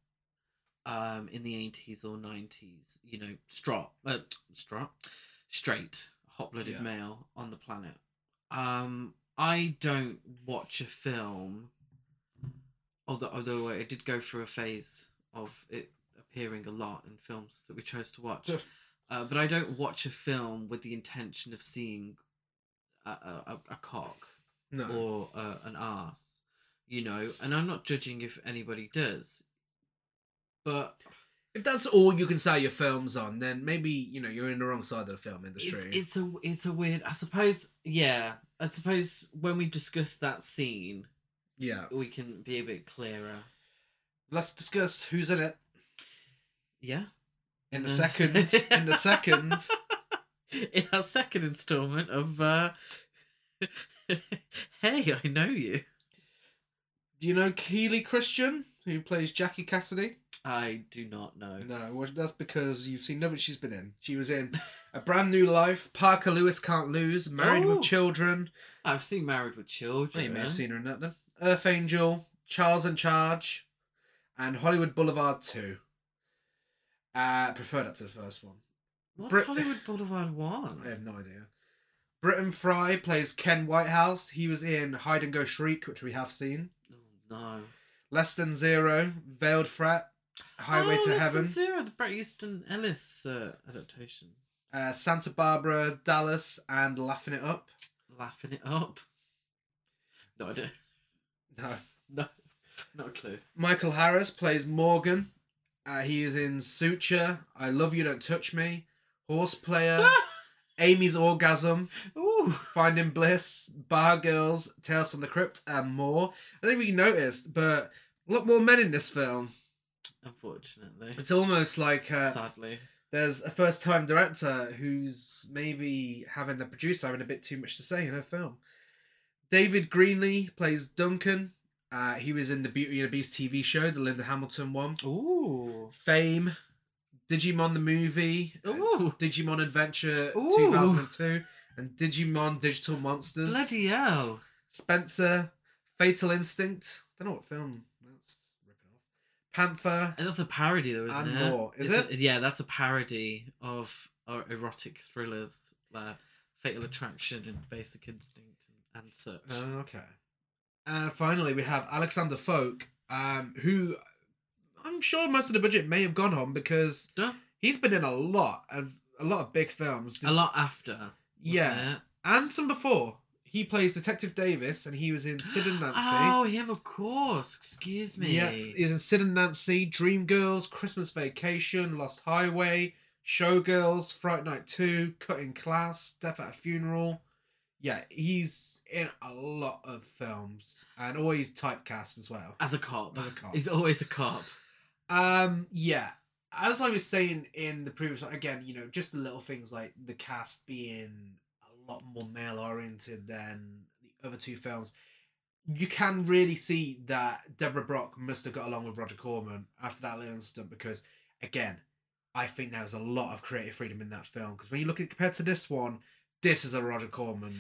Speaker 2: Um, in the eighties or nineties, you know, straight, uh, straight, straight, hot-blooded
Speaker 1: Yeah.
Speaker 2: male on the planet. Um, I don't watch a film. Although, although I did go through a phase of it appearing a lot in films that we chose to watch,
Speaker 1: Sure.
Speaker 2: uh, but I don't watch a film with the intention of seeing a, a, a- a cock
Speaker 1: No.
Speaker 2: or uh, an ass, you know. And I'm not judging if anybody does, but
Speaker 1: if that's all you can sell your films on, then maybe you know you're in the wrong side of the film
Speaker 2: it's
Speaker 1: industry.
Speaker 2: it's a it's a weird. I suppose yeah. I suppose when we discuss that scene,
Speaker 1: yeah.
Speaker 2: we can be a bit clearer.
Speaker 1: Let's discuss who's in it
Speaker 2: Yeah.
Speaker 1: in a
Speaker 2: Uh,
Speaker 1: second. in a second.
Speaker 2: in our second installment of uh Hey, I know you.
Speaker 1: Do you know Keely Christian, who plays Jackie Cassidy?
Speaker 2: I do not know.
Speaker 1: No, well, that's because you've seen nothing she's been in. She was in A Brand New Life, Parker Lewis Can't Lose, Married
Speaker 2: Oh.
Speaker 1: with Children.
Speaker 2: I've seen Married with
Speaker 1: Well,
Speaker 2: Children.
Speaker 1: you may have seen her in that then. Earth Angel, Charles in Charge, and Hollywood Boulevard 2. Uh, I prefer that to the first one.
Speaker 2: What's
Speaker 1: Brit- Um,
Speaker 2: Hollywood Boulevard
Speaker 1: I
Speaker 2: One?
Speaker 1: have no idea. Britton Fry plays Ken Whitehouse. He was in Hide and Go Shriek, which we have seen.
Speaker 2: Oh, no.
Speaker 1: Less Than Zero, Veiled Threat, Highway to
Speaker 2: Oh, Less Than
Speaker 1: Heaven,
Speaker 2: Zero, the Bret Easton Ellis uh, adaptation.
Speaker 1: uh, Santa Barbara, Dallas, and Laughing It Up.
Speaker 2: Laughing it up. No idea.
Speaker 1: No.
Speaker 2: No, not a clue.
Speaker 1: Michael Harris plays Morgan. Uh, he is in Suture, I Love You, Don't Touch Me, Horse Player,
Speaker 2: Ah!
Speaker 1: Amy's Orgasm,
Speaker 2: Ooh.
Speaker 1: Finding Bliss, Bar Girls, Tales from the Crypt, and more. I don't think you noticed, but a lot more men in this film.
Speaker 2: Unfortunately.
Speaker 1: It's almost like uh,
Speaker 2: Sadly.
Speaker 1: there's a first time director who's maybe having the producer having a bit too much to say in her film. David Greenlee plays Duncan. Uh, he was in the Beauty and the Beast TV show, the Linda Hamilton one.
Speaker 2: Ooh.
Speaker 1: Fame, Digimon the movie, uh,
Speaker 2: Ooh.
Speaker 1: Digimon Adventure
Speaker 2: Ooh.
Speaker 1: 2002, and Digimon Digital Monsters.
Speaker 2: Bloody hell.
Speaker 1: Spencer, Fatal Instinct. Don't know what film that's ripping off. Panther.
Speaker 2: And that's a parody, though, isn't
Speaker 1: And
Speaker 2: it?
Speaker 1: more. Is
Speaker 2: It's a-
Speaker 1: it?
Speaker 2: yeah, that's a parody of our erotic thrillers, like Fatal Attraction and Basic Instinct and, and such.
Speaker 1: Uh, okay. And finally, we have Alexander Folk, um, who I'm sure most of the budget may have gone on because
Speaker 2: Duh.
Speaker 1: he's been in a lot and a lot of big films.
Speaker 2: a lot after. wasn't
Speaker 1: Yeah.
Speaker 2: it?
Speaker 1: and some before. He plays Detective Davis, and he was in Sid and Nancy.
Speaker 2: Oh, him, of course. Excuse me.
Speaker 1: Yeah, he's in Sid and Nancy, Dreamgirls, Christmas Vacation, Lost Highway, Showgirls, Fright Night 2, Cutting Class, Death at a Funeral. Yeah, he's in a lot of films and always typecast as well.
Speaker 2: As a cop.
Speaker 1: As a cop.
Speaker 2: He's always a cop.
Speaker 1: Um, yeah. As I was saying in the previous one, again, you know, just the little things like the cast being a lot more male oriented than the other two films, you can really see that Deborah Brock must have got along with Roger Corman after that little incident because, again, I think there was a lot of creative freedom in that film because when you look at compared to this one, this is a Roger Corman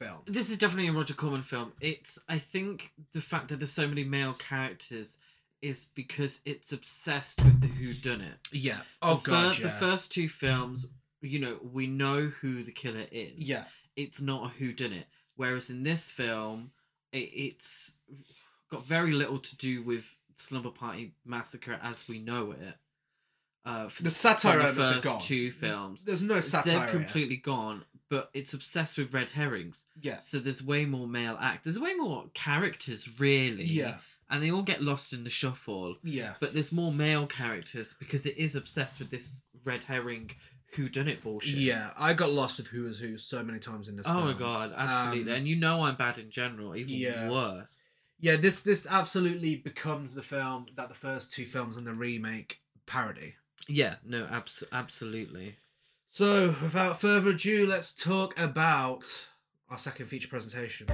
Speaker 1: film.
Speaker 2: This is definitely a Roger Corman film. It's, I think, the fact that there's so many male characters is because it's obsessed with the who done it.
Speaker 1: Yeah. Oh
Speaker 2: the, fir-
Speaker 1: god.
Speaker 2: the
Speaker 1: yeah.
Speaker 2: first two films, you know, we know who the killer is.
Speaker 1: yeah.
Speaker 2: it's not a who done it. Whereas in this film, it, it's got very little to do with Slumber Party Massacre as we know it. Uh, for
Speaker 1: The satire
Speaker 2: from
Speaker 1: elements are gone.
Speaker 2: two films.
Speaker 1: There's no satire.
Speaker 2: They're
Speaker 1: here.
Speaker 2: completely gone, but it's obsessed with red herrings.
Speaker 1: Yeah.
Speaker 2: So there's way more male act. There's way more characters, really.
Speaker 1: Yeah.
Speaker 2: And they all get lost in the shuffle.
Speaker 1: Yeah.
Speaker 2: But there's more male characters because it is obsessed with this red herring who done it bullshit.
Speaker 1: Yeah, I got lost with who was who so many times in this.
Speaker 2: Oh my
Speaker 1: film.
Speaker 2: god, absolutely.
Speaker 1: Um,
Speaker 2: and you know I'm bad in general, even
Speaker 1: Yeah.
Speaker 2: worse.
Speaker 1: Yeah, this this absolutely becomes the film that the first two films in the remake parody.
Speaker 2: Yeah, no, abs- absolutely.
Speaker 1: So, without further ado, let's talk about our second feature presentation.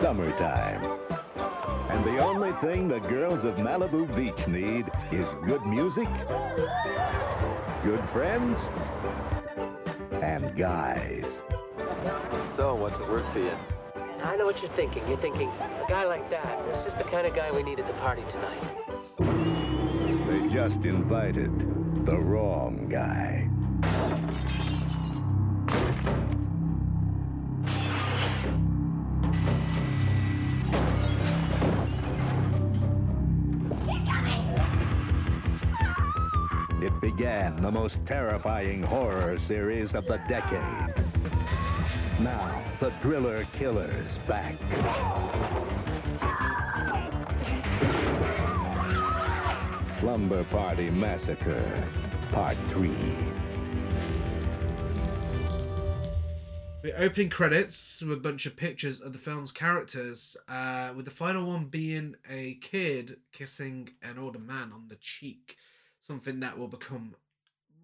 Speaker 7: summertime. And the only thing the girls of Malibu Beach need is good music, good friends, and guys.
Speaker 8: So, what's it worth to you?
Speaker 9: I know what you're thinking. You're thinking, a guy like that is just the kind of guy we need at the party tonight.
Speaker 7: They just invited the wrong guy. It began the most terrifying horror series of the decade. Now, the Driller Killer's back. Slumber Party Massacre, Part 3.
Speaker 1: The opening credits were a bunch of pictures of the film's characters, uh, with the final one being a kid kissing an older man on the cheek. Something that will become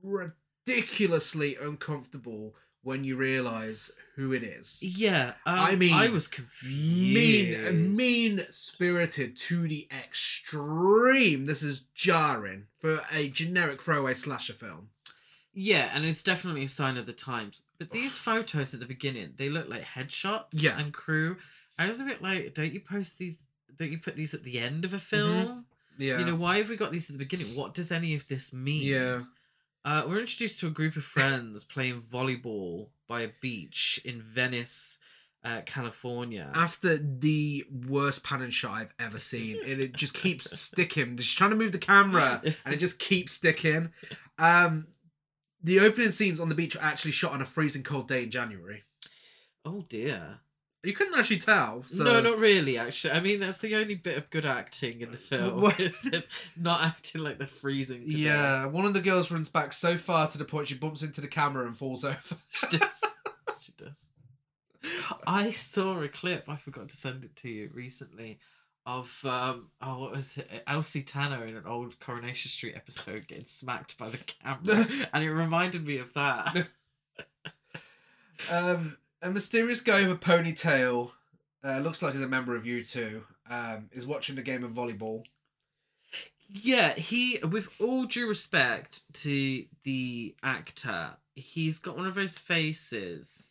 Speaker 1: ridiculously uncomfortable when you realise who it is.
Speaker 2: Yeah, um,
Speaker 1: I mean,
Speaker 2: I was confused.
Speaker 1: mean mean spirited to the extreme this is jarring for a generic throwaway slasher film
Speaker 2: Yeah, and it's definitely a sign of the times. But these photos at the beginning, they look like headshots.
Speaker 1: Yeah.
Speaker 2: and crew. I was a bit like, don't you post these? Don't you put these at the end of a film?
Speaker 1: Mm-hmm. yeah
Speaker 2: You know, why have we got these at the beginning? What does any of this mean?
Speaker 1: yeah
Speaker 2: Uh, we're introduced to a group of friends playing volleyball by a beach in Venice, uh, California.
Speaker 1: after the worst panning shot i've ever seen and it just keeps sticking she's trying to move the camera and it just keeps sticking um the opening scenes on the beach are actually shot on a freezing cold day in january
Speaker 2: oh dear.
Speaker 1: You couldn't actually tell. So.
Speaker 2: No, not really. Actually, I mean that's the only bit of good acting in the film.
Speaker 1: What?
Speaker 2: is them not acting like they're freezing. To
Speaker 1: Yeah, one of the girls runs back so far to the point she bumps into the camera and falls over.
Speaker 2: death. she does. She does. I saw a clip. I forgot to send it to you recently. Of um, oh, what was it? Elsie Tanner in an old Coronation Street episode getting smacked by the camera, and it reminded me of that.
Speaker 1: Um, a mysterious guy with a ponytail, uh, looks like he's a member of U2, um, is watching the game of volleyball.
Speaker 2: Yeah, he, with all due respect to the actor, he's got one of those faces.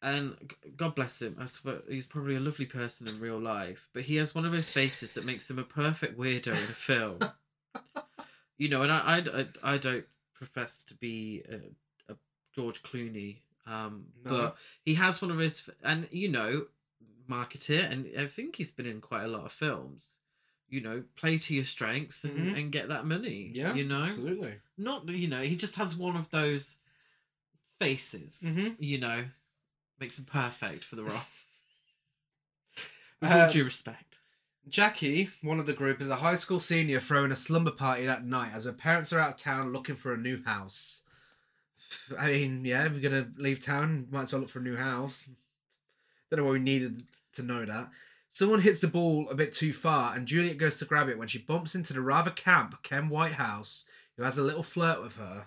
Speaker 2: And g- God bless him, I swear he's probably a lovely person in real life, but he has one of those faces that makes him a perfect weirdo in a film. you know, and I, I, I, I don't profess to be a, a George Clooney, um,
Speaker 1: No.
Speaker 2: but he has one of his, f- and you know, marketer, and I think he's been in quite a lot of films you know, play to your strengths and,
Speaker 1: Mhm.
Speaker 2: and get that money. You know?
Speaker 1: absolutely.
Speaker 2: Not, that, you know, he just has one of those faces,
Speaker 1: Mm-hmm.
Speaker 2: you know, makes him perfect for the role. With
Speaker 1: Uh,
Speaker 2: all due respect.
Speaker 1: Jackie, one of the group, is a high school senior throwing a slumber party that night as her parents are out of town looking for a new house. I mean, yeah, if you're gonna leave town, might as well look for a new house. Don't know why we needed to know that. Someone hits the ball a bit too far, and Juliet goes to grab it when she bumps into the rather camp Ken Whitehouse, who has a little flirt with her.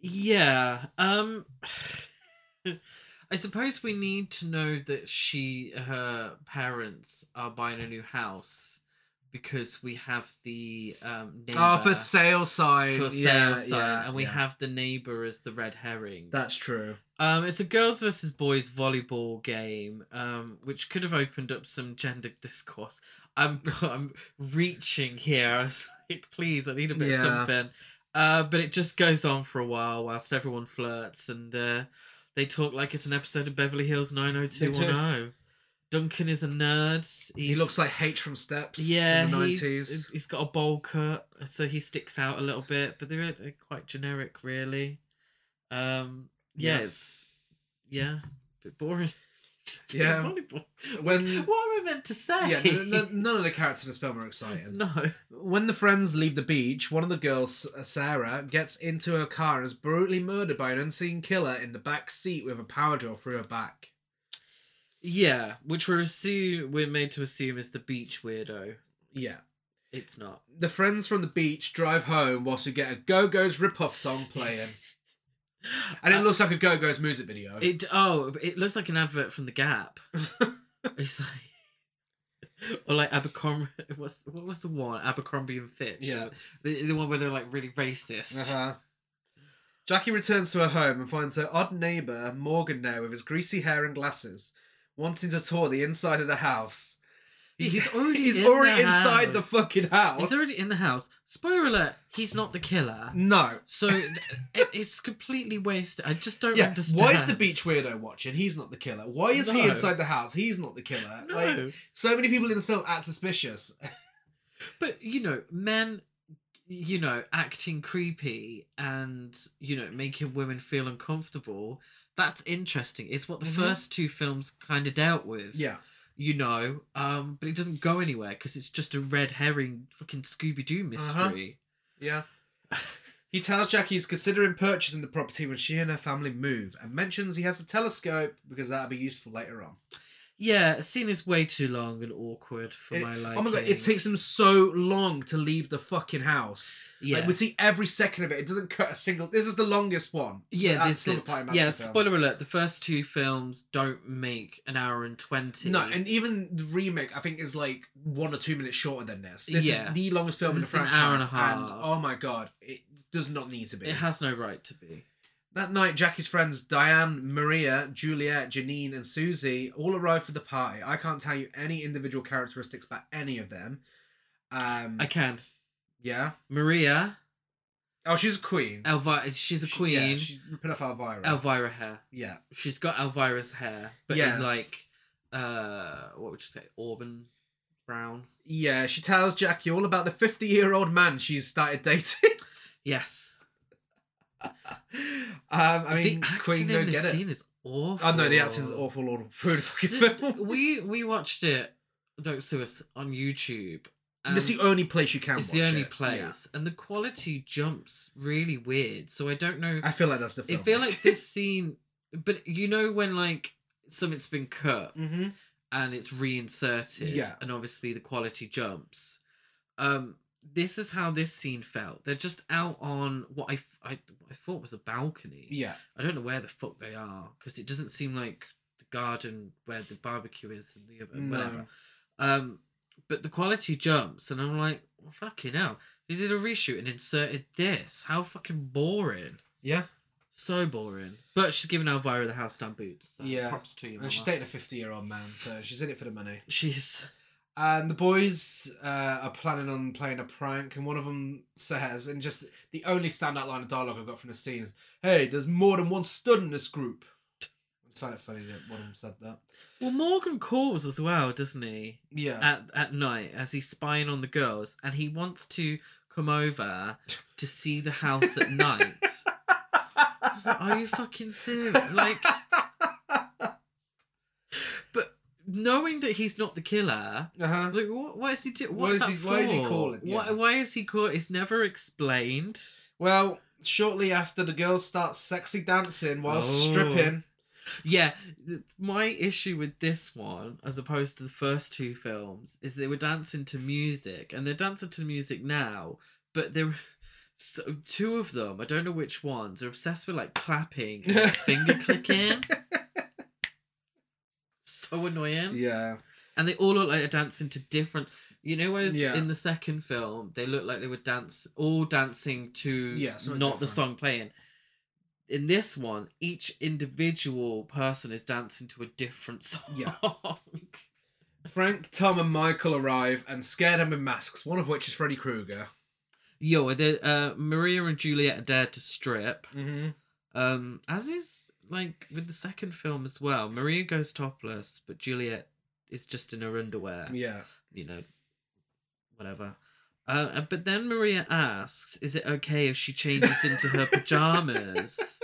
Speaker 2: Yeah. Um I suppose we need to know that she her parents are buying a new house because we have the um neighbor
Speaker 1: Ah, for sale sign.
Speaker 2: for sale
Speaker 1: yeah,
Speaker 2: sign
Speaker 1: yeah,
Speaker 2: and we
Speaker 1: yeah.
Speaker 2: have the neighbor as the red herring.
Speaker 1: That's true.
Speaker 2: Um, it's a girls versus boys volleyball game, um, which could have opened up some gender discourse. I'm I'm reaching here. I was like, please, I need a bit
Speaker 1: Yeah.
Speaker 2: of something. Uh, but it just goes on for a while whilst everyone flirts and uh, they talk like it's an episode of Beverly Hills 90210. Duncan is a nerd.
Speaker 1: He looks like H from Steps
Speaker 2: yeah,
Speaker 1: in the
Speaker 2: he's-
Speaker 1: 90s.
Speaker 2: he's got a bowl cut, so he sticks out a little bit, but they're, they're quite generic, really. Um, yeah,
Speaker 1: Yeah.
Speaker 2: it's yeah, bit boring.
Speaker 1: Yeah.
Speaker 2: Volleyball.
Speaker 1: When-
Speaker 2: what am I meant to say?
Speaker 1: Yeah, n- n- none of the characters in this film are exciting.
Speaker 2: no.
Speaker 1: When the friends leave the beach, one of the girls, uh, Sarah, gets into her car and is brutally murdered by an unseen killer in the back seat with a power drill through her back.
Speaker 2: Yeah, which we're assume we're made to assume is the beach weirdo.
Speaker 1: Yeah.
Speaker 2: It's not.
Speaker 1: The friends from the beach drive home whilst we get a Go Go's ripoff song playing. And it looks like a Go Go's music video.
Speaker 2: Uh, It oh, it looks like an advert from the Gap. it's like or like Abercrombie. What's what was the one Abercrombie and Fitch?
Speaker 1: Yeah.
Speaker 2: the, the one where they're like really racist.
Speaker 1: Uh-huh. Jackie returns to her home and finds her odd neighbour, Morgan, there with his greasy hair and glasses, wanting to tour the inside of the house. He-
Speaker 2: He's already
Speaker 1: he's
Speaker 2: in
Speaker 1: already
Speaker 2: the
Speaker 1: inside the
Speaker 2: house.
Speaker 1: fucking house.
Speaker 2: He's already in the house. Spoiler alert: he's not the killer.
Speaker 1: No.
Speaker 2: So it, it's completely wasted. I just don't
Speaker 1: Yeah.
Speaker 2: understand.
Speaker 1: Why is the beach weirdo watching? He's not the killer. Why is he
Speaker 2: No.
Speaker 1: inside the house? He's not the killer.
Speaker 2: No,
Speaker 1: Like so many people in this film act suspicious.
Speaker 2: but you know, men, you know, acting creepy and you know making women feel uncomfortable. That's interesting. It's what the
Speaker 1: Mhm.
Speaker 2: first two films kind of dealt with.
Speaker 1: yeah.
Speaker 2: you know, um, but it doesn't go anywhere because it's just a red herring fucking Scooby Doo
Speaker 1: Uh-huh.
Speaker 2: mystery.
Speaker 1: Yeah. He tells Jackie he's considering purchasing the property when she and her family move and mentions he has a telescope because that'll be useful later on.
Speaker 2: Yeah, a scene is way too long and awkward for
Speaker 1: It-
Speaker 2: my liking.
Speaker 1: Oh my god, it takes him so long to leave the fucking house.
Speaker 2: yeah.
Speaker 1: Like, we see every second of it. It doesn't cut a single. This is the longest one.
Speaker 2: yeah,
Speaker 1: That's
Speaker 2: this
Speaker 1: still
Speaker 2: is
Speaker 1: part of Master
Speaker 2: yeah.
Speaker 1: Films.
Speaker 2: Spoiler alert: the first two films don't make an hour and twenty.
Speaker 1: No, and even the remake, I think, is like one or two minutes shorter than this. This
Speaker 2: Yeah.
Speaker 1: is the longest film
Speaker 2: This
Speaker 1: in
Speaker 2: is
Speaker 1: the
Speaker 2: an hour and a
Speaker 1: franchise, and,
Speaker 2: half.
Speaker 1: oh my god, it does not need to be.
Speaker 2: it has no right to be.
Speaker 1: That night, Jackie's friends Diane, Maria, Juliet, Janine, and Susie all arrive for the party. I can't tell you any individual characteristics about any of them. Um,
Speaker 2: I can.
Speaker 1: yeah.
Speaker 2: Maria
Speaker 1: Oh, she's a queen.
Speaker 2: Elvira. She's a
Speaker 1: She-
Speaker 2: queen.
Speaker 1: yeah, she's ripping off Elvira.
Speaker 2: Elvira hair.
Speaker 1: yeah.
Speaker 2: She's got Elvira's hair, but
Speaker 1: Yeah.
Speaker 2: in like, uh, what would you say, auburn brown?
Speaker 1: Yeah, she tells Jackie all about the 50 year old man she's started dating.
Speaker 2: Yes.
Speaker 1: um, I mean,
Speaker 2: the acting
Speaker 1: Queen,
Speaker 2: in
Speaker 1: don't
Speaker 2: this
Speaker 1: get it.
Speaker 2: scene is awful.
Speaker 1: I know the acting's awful all through the fucking
Speaker 2: Did-
Speaker 1: film.
Speaker 2: we we watched it. Don't sue us on YouTube. and
Speaker 1: it's the only place you can
Speaker 2: Um, it's
Speaker 1: watch
Speaker 2: the only
Speaker 1: it.
Speaker 2: place,
Speaker 1: Yeah.
Speaker 2: and the quality jumps really weird. So I don't know.
Speaker 1: I feel like that's the
Speaker 2: I
Speaker 1: film.
Speaker 2: feel like this scene, but you know when like something's been cut
Speaker 1: hmm
Speaker 2: and it's reinserted,
Speaker 1: Yeah.
Speaker 2: and obviously the quality jumps. Um, this is how this scene felt. They're just out on what I f- I, I thought was a balcony.
Speaker 1: Yeah.
Speaker 2: I don't know where the fuck they are because it doesn't seem like the garden where the barbecue is and the and
Speaker 1: No.
Speaker 2: whatever. Um, but the quality jumps, and I'm like, fucking hell, they did a reshoot and inserted this. How fucking boring.
Speaker 1: Yeah.
Speaker 2: So boring. But she's giving Elvira the house down boots. So
Speaker 1: Yeah.
Speaker 2: Props to you.
Speaker 1: And she's
Speaker 2: mama.
Speaker 1: dating a 50 year old man, so she's in it for the money.
Speaker 2: She's
Speaker 1: And the boys uh, are planning on playing a prank, and one of them says, and just the only standout line of dialogue I've got from the scene is, Hey, there's more than one stud in this group. I just found it funny that one of them said that.
Speaker 2: well, Morgan calls as well, doesn't he?
Speaker 1: Yeah.
Speaker 2: At at night as he's spying on the girls, and he wants to come over to see the house at night. I was like, Are you fucking serious? Like, but knowing that he's not the killer,
Speaker 1: Uh huh.
Speaker 2: like, what, what is he doing?
Speaker 1: What
Speaker 2: What's
Speaker 1: is
Speaker 2: that
Speaker 1: he- why is he
Speaker 2: for?
Speaker 1: calling?
Speaker 2: Why,
Speaker 1: Yeah.
Speaker 2: why is he calling? It's never explained.
Speaker 1: Well, shortly after the girls start sexy dancing while
Speaker 2: Oh.
Speaker 1: stripping.
Speaker 2: Yeah, th- my issue with this one, as opposed to the first two films, is they were dancing to music, and they're dancing to music now, but they're. So, two of them, I don't know which ones, are obsessed with like clapping and finger clicking. So annoying.
Speaker 1: Yeah.
Speaker 2: And they all look like they're dancing to different. You know, whereas
Speaker 1: Yeah.
Speaker 2: in the second film, they look like they were dance all dancing to
Speaker 1: Yeah, something
Speaker 2: not the
Speaker 1: different.
Speaker 2: song playing. In this one, each individual person is dancing to a different song.
Speaker 1: Yeah. Frank, Tom, and Michael arrive and scare them in masks, one of which is Freddy Krueger.
Speaker 2: Yo, are they- uh, Maria and Juliet are dared to strip.
Speaker 1: Mm-hmm.
Speaker 2: Um, as is like with the second film as well. Maria goes topless, but Juliet is just in her underwear.
Speaker 1: Yeah.
Speaker 2: you know, whatever. Uh, uh, but then Maria asks, "Is it okay if she changes into her pajamas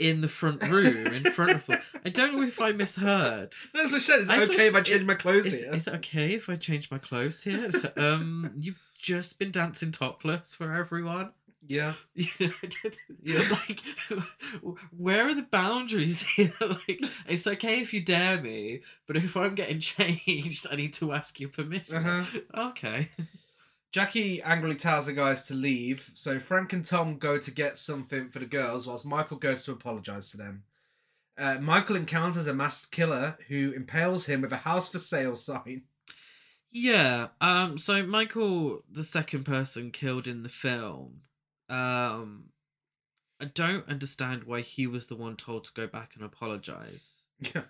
Speaker 2: in the front room in front of?" her? I don't know if I misheard.
Speaker 1: That's what I said. It's
Speaker 2: I
Speaker 1: okay if I
Speaker 2: saw-
Speaker 1: change my clothes
Speaker 2: Is,
Speaker 1: here.
Speaker 2: is it okay if I change my clothes here? It's like, um, you've just been dancing topless for everyone.
Speaker 1: yeah.
Speaker 2: You know, I don't- like, where are the boundaries here? like, it's okay if you dare me, but if I'm getting changed, I need to ask your permission.
Speaker 1: Uh-huh.
Speaker 2: Okay.
Speaker 1: Jackie angrily tells the guys to leave, so Frank and Tom go to get something for the girls, whilst Michael goes to apologise to them. Uh, Michael encounters a masked killer who impales him with a house for sale sign.
Speaker 2: Yeah. Um. So Michael, the second person killed in the film, um, I don't understand why he was the one told to go back and apologize.
Speaker 1: Yeah.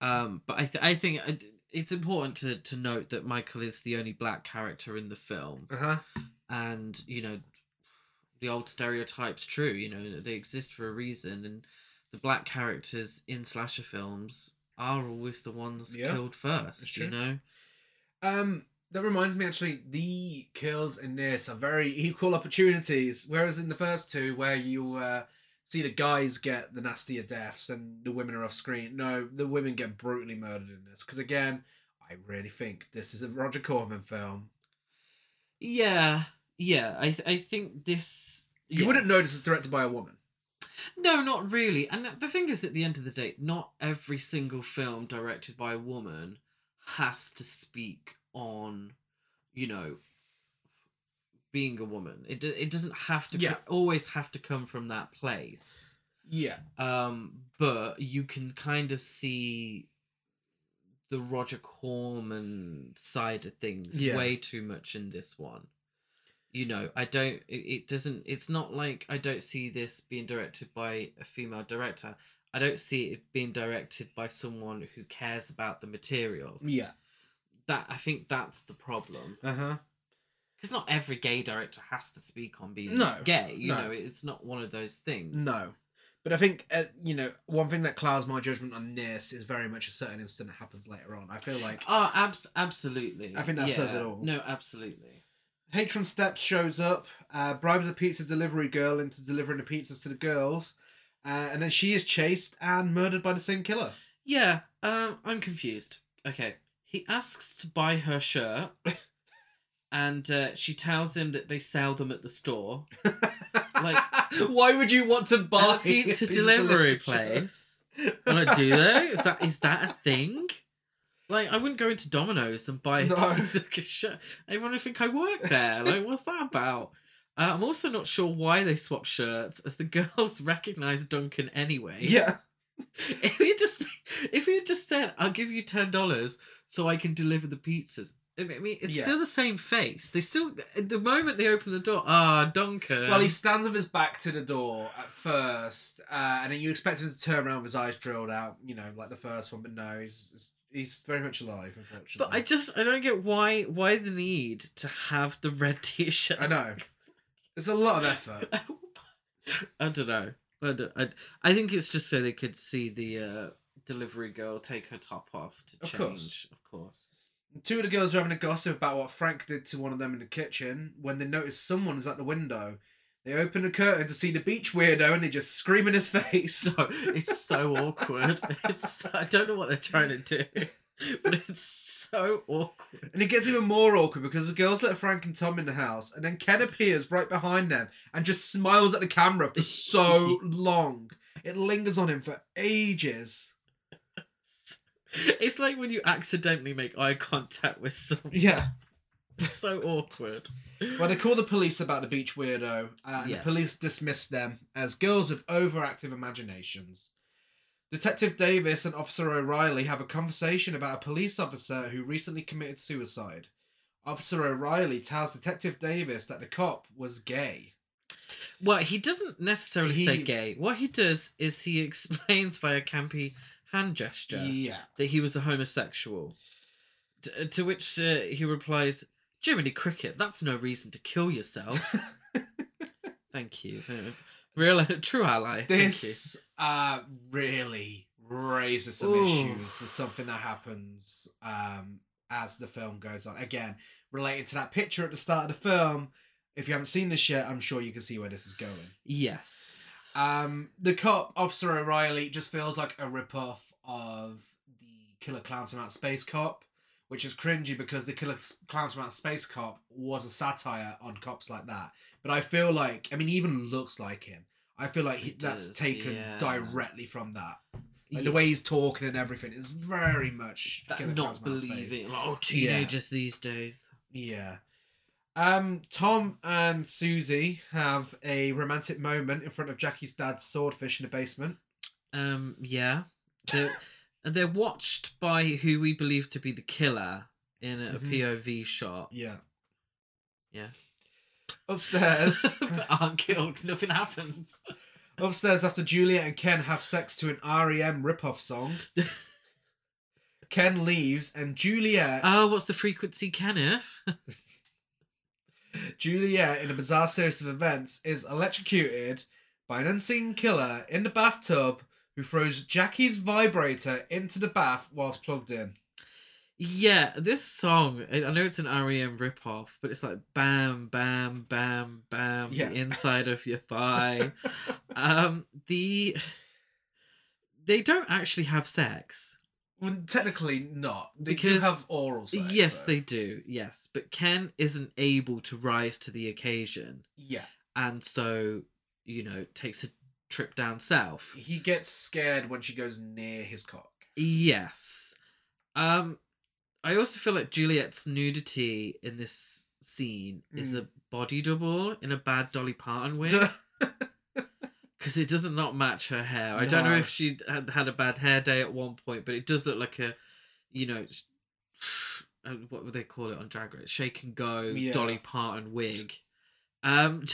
Speaker 2: Um. But I th- I think I- it's important to to note that Michael is the only black character in the film,
Speaker 1: Uh huh.
Speaker 2: and you know, the old stereotypes true. You know, they exist for a reason, and the black characters in slasher films are always the ones
Speaker 1: Yeah,
Speaker 2: killed first. You
Speaker 1: true.
Speaker 2: know.
Speaker 1: Um, that reminds me actually, the girls in this are very equal opportunities, whereas in the first two, where you uh, see the guys get the nastier deaths and the women are off screen, no, the women get brutally murdered in this. Because again, I really think this is a Roger Corman film.
Speaker 2: Yeah, yeah. I th- I think this.
Speaker 1: You
Speaker 2: yeah.
Speaker 1: wouldn't know this is directed by a woman.
Speaker 2: No, not really. And the thing is, at the end of the day, not every single film directed by a woman has to speak on, you know, being a woman. It do- it doesn't have to. co-
Speaker 1: Yeah.
Speaker 2: always have to come from that place.
Speaker 1: Yeah.
Speaker 2: Um, but you can kind of see the Roger Corman side of things
Speaker 1: Yeah.
Speaker 2: way too much in this one. You know, I don't. It, it doesn't. It's not like I don't see this being directed by a female director. I don't see it being directed by someone who cares about the material.
Speaker 1: Yeah.
Speaker 2: That I think that's the problem.
Speaker 1: Uh huh.
Speaker 2: Because not every gay director has to speak on being
Speaker 1: No,
Speaker 2: gay. You
Speaker 1: no.
Speaker 2: know, it's not one of those things.
Speaker 1: No. But I think, uh, you know, one thing that clouds my judgment on this is very much a certain incident that happens later on. I feel like
Speaker 2: Oh, abs- absolutely.
Speaker 1: I think that says it all.
Speaker 2: No, absolutely.
Speaker 1: Patron Steps shows up, uh, bribes a pizza delivery girl into delivering the pizzas to the girls, Uh, and then she is chased and murdered by the same killer.
Speaker 2: Yeah, um, I'm confused. Okay. He asks to buy her shirt, and uh, she tells him that they sell them at the store. Like,
Speaker 1: why would you want to buy
Speaker 2: a pizza
Speaker 1: a
Speaker 2: delivery
Speaker 1: Uh, delivery
Speaker 2: place. Well, I do they? Is that is that a thing? Like, I wouldn't go into Domino's and buy a
Speaker 1: No.
Speaker 2: like a shirt. Everyone would think I work there. Like, what's that about? Uh, I'm also not sure why they swap shirts, as the girls recognize Duncan anyway.
Speaker 1: Yeah.
Speaker 2: If he had just if he had just said, "I'll give you ten dollars so I can deliver the pizzas," I mean, it's
Speaker 1: Yeah.
Speaker 2: still the same face. They still at the moment they open the door. Ah, Duncan.
Speaker 1: Well, he stands with his back to the door at first, uh, and then you expect him to turn around with his eyes drilled out, you know, like the first one, but no, he's he's very much alive, unfortunately.
Speaker 2: But I just I don't get why why the need to have the red t-shirt.
Speaker 1: I know. It's a lot of effort.
Speaker 2: I don't know. I, don't, I, I think it's just so they could see the uh, delivery girl take her top off to
Speaker 1: Of
Speaker 2: change.
Speaker 1: course.
Speaker 2: Of course.
Speaker 1: Two of the girls are having a gossip about what Frank did to one of them in the kitchen when they notice someone is at the window. They open the curtain to see the beach weirdo and they just scream in his face.
Speaker 2: So it's so awkward. It's so- I don't know what they're trying to do, but it's so awkward.
Speaker 1: And it gets even more awkward because the girls let Frank and Tom in the house, and then Ken appears right behind them and just smiles at the camera for so long. It lingers on him for ages.
Speaker 2: It's like when you accidentally make eye contact with someone.
Speaker 1: Yeah.
Speaker 2: It's so awkward.
Speaker 1: Well, they call the police about the beach weirdo, uh, and
Speaker 2: Yes.
Speaker 1: the police dismiss them as girls with overactive imaginations. Detective Davis and Officer O'Reilly have a conversation about a police officer who recently committed suicide. Officer O'Reilly tells Detective Davis that the cop was gay.
Speaker 2: Well, he doesn't necessarily say
Speaker 1: He-
Speaker 2: gay. What he does is he explains via campy hand gesture
Speaker 1: yeah.
Speaker 2: that he was a homosexual. D- to which uh, he replies, Jiminy Cricket, that's no reason to kill yourself. Thank you. Uh, Real, true ally.
Speaker 1: this uh really raises some
Speaker 2: Ooh.
Speaker 1: issues with something that happens um as the film goes on again relating to that picture at the start of the film if you haven't seen this yet i'm sure you can see where this is going
Speaker 2: Thank you. Yes.
Speaker 1: um the cop officer o'reilly just feels like a rip-off of the killer clowns from outer space cop which is cringy because the killer S- clowns from outer space cop was a satire on cops like that but i feel like i mean he even looks like him i feel like he,
Speaker 2: He
Speaker 1: that's
Speaker 2: does,
Speaker 1: taken
Speaker 2: yeah.
Speaker 1: directly from that like
Speaker 2: Yeah.
Speaker 1: the way he's talking and everything is very much
Speaker 2: That
Speaker 1: Killer Clowns
Speaker 2: not
Speaker 1: from Outer Space.
Speaker 2: believing. Oh, teenagers these days.
Speaker 1: Yeah. Um, Tom and Susie have a romantic moment in front of Jackie's dad's swordfish in the basement.
Speaker 2: Um, yeah. They're, and they're watched by who we believe to be the killer in a
Speaker 1: Mhm.
Speaker 2: POV shot.
Speaker 1: Yeah.
Speaker 2: Yeah.
Speaker 1: Upstairs,
Speaker 2: but aren't killed. Nothing happens.
Speaker 1: upstairs after Juliet and Ken have sex to an REM ripoff song. Ken leaves and Juliet,
Speaker 2: Oh, what's the frequency, Kenneth?
Speaker 1: Juliet in a bizarre series of events is electrocuted by an unseen killer in the bathtub who throws Jackie's vibrator into the bath whilst plugged in.
Speaker 2: yeah, this song. I I know it's an REM ripoff, but it's like bam, bam, bam, bam.
Speaker 1: Yeah.
Speaker 2: The inside of your thigh. um, the they don't actually have sex.
Speaker 1: Well, technically not. They do
Speaker 2: Because-
Speaker 1: have oral sex.
Speaker 2: yes,
Speaker 1: though.
Speaker 2: they do. Yes, but Ken isn't able to rise to the occasion,
Speaker 1: Yeah,
Speaker 2: and so you know takes a trip down south.
Speaker 1: he gets scared when she goes near his cock.
Speaker 2: Yes. Um I also feel like Juliet's nudity in this scene is a body double in a bad Dolly Parton way because it doesn't not match her hair. I don't know
Speaker 1: No.
Speaker 2: if she had had a bad hair day at one point, but it does look like a, you know, sh- uh, what would they call it on Drag Race? Shake and go
Speaker 1: Yeah.
Speaker 2: Dolly Parton wig. Um,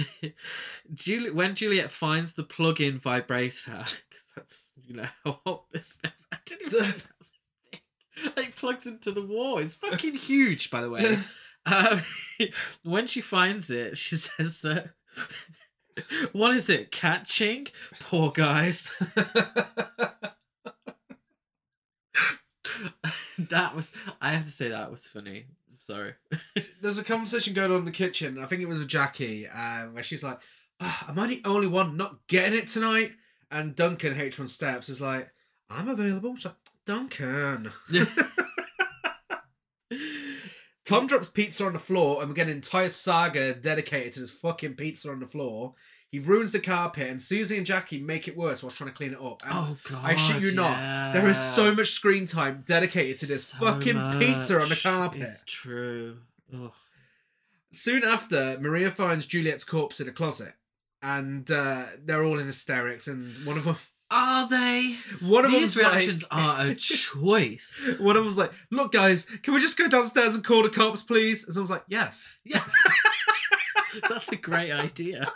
Speaker 2: Julie, when Juliet finds the plug-in vibrator, 'cause that's you know how old this I didn't even know that was a thing. Like plugs into the wall. It's fucking huge, by the way. um, when she finds it, she says, uh, "What is it? Catching? Poor guys." that was. I have to say that was funny. I'm sorry.
Speaker 1: There's a conversation going on in the kitchen. I think it was with Jackie, um, where she's like, "Ah, "Am I the only one not getting it tonight?" And Duncan H1 Steps is like, I'm available. So Duncan. Tom drops pizza on the floor, and we get an entire saga dedicated to this fucking pizza on the floor. He ruins the carpet, and Susie and Jackie make it worse whilst trying to clean it up. And
Speaker 2: Oh god.
Speaker 1: I shit you not. There is so
Speaker 2: yeah.
Speaker 1: much screen time dedicated to this
Speaker 2: So
Speaker 1: fucking pizza on the
Speaker 2: much
Speaker 1: carpet.
Speaker 2: is true. Ugh.
Speaker 1: Soon after, Maria finds Juliet's corpse in a closet, and uh, they're all in hysterics. And one of them,
Speaker 2: Are they?
Speaker 1: one of
Speaker 2: These
Speaker 1: them's like-
Speaker 2: reactions are a choice.
Speaker 1: one of them's like, "Look, guys, can we just go downstairs and call the cops, please?" And someone's like, "Yes."
Speaker 2: Yes. That's a great idea.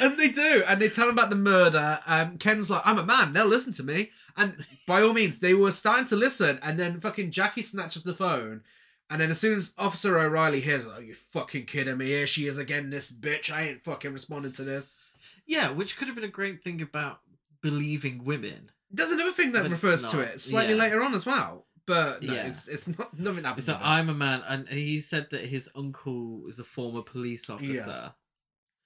Speaker 1: and they do, and they tell him about the murder. Um, Ken's like, "I'm a man; they'll listen to me." And by all means, they were starting to listen, and then fucking Jackie snatches the phone, and then as soon as Officer O'Reilly hears, "Are you fucking kidding me? Here she is again, this bitch! I ain't fucking responding to this."
Speaker 2: Yeah, which could have been a great thing about believing women.
Speaker 1: There's another thing that
Speaker 2: But it's
Speaker 1: refers to
Speaker 2: not,
Speaker 1: it slightly
Speaker 2: yeah.
Speaker 1: later on as well, but no,
Speaker 2: Yeah.
Speaker 1: it's it's not nothing happens.
Speaker 2: Is that
Speaker 1: with it.
Speaker 2: I'm a man, and he said that his uncle is a former police officer.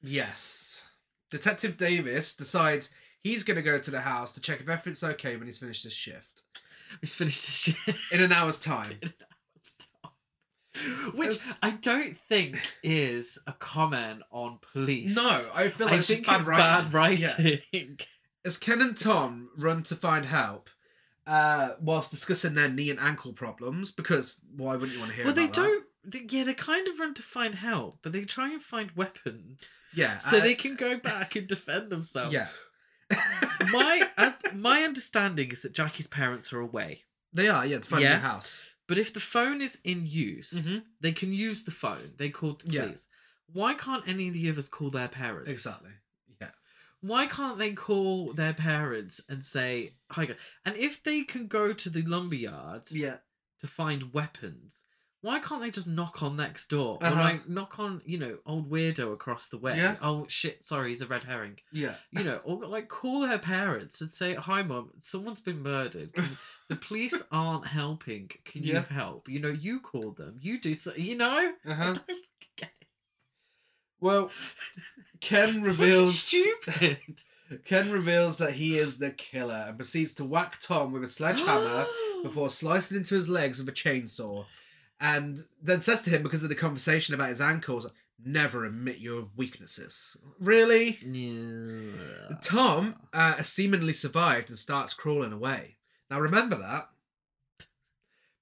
Speaker 1: Yes. Detective Davis decides he's going to go to the house to check if everything's okay when he's finished his shift
Speaker 2: He's finished his shit.
Speaker 1: in an hour's time.
Speaker 2: Which
Speaker 1: It's-
Speaker 2: I don't think is a comment on police.
Speaker 1: No, I feel like
Speaker 2: I
Speaker 1: it's
Speaker 2: think
Speaker 1: bad
Speaker 2: it's
Speaker 1: writing.
Speaker 2: bad
Speaker 1: Yeah.
Speaker 2: writing.
Speaker 1: As Ken and Tom run to find help, uh, whilst discussing their knee and ankle problems, because why wouldn't you want to hear?
Speaker 2: Well, they
Speaker 1: about that?
Speaker 2: don't. They, yeah, they kind of run to find help, but they try and find weapons
Speaker 1: Yeah.
Speaker 2: so
Speaker 1: uh,
Speaker 2: they can go back and defend themselves.
Speaker 1: Yeah,
Speaker 2: my uh, my understanding is that Jackie's parents are away,
Speaker 1: they are. Yeah, to find a
Speaker 2: Yeah.
Speaker 1: new house.
Speaker 2: but if the phone is in use,
Speaker 1: Mhm.
Speaker 2: they can use the phone. They called the
Speaker 1: Yeah.
Speaker 2: police. Why can't any of the others call their parents?
Speaker 1: Exactly. Yeah.
Speaker 2: Why can't they call their parents and say hi? guys?" And if they can go to the lumberyard,
Speaker 1: Yeah.
Speaker 2: to find weapons. Why can't they just knock on next door
Speaker 1: Uh-huh.
Speaker 2: or like knock on you know old weirdo across the way?
Speaker 1: Yeah.
Speaker 2: Oh shit! Sorry, he's a red herring.
Speaker 1: Yeah.
Speaker 2: You know, or like call their parents and say, "Hi, mom. Someone's been murdered. Can- the police aren't helping. Can
Speaker 1: Yeah.
Speaker 2: you help? You know, you call them. You do so. You know."
Speaker 1: Uh huh.
Speaker 2: Don't get it.
Speaker 1: Well, Ken reveals.
Speaker 2: stupid.
Speaker 1: Ken reveals that he is the killer and proceeds to whack Tom with a sledgehammer before slicing into his legs with a chainsaw. And then says to him, because of the conversation about his ankles, never admit your weaknesses. Really?
Speaker 2: Yeah.
Speaker 1: Tom uh, seemingly survived and starts crawling away. Now remember that.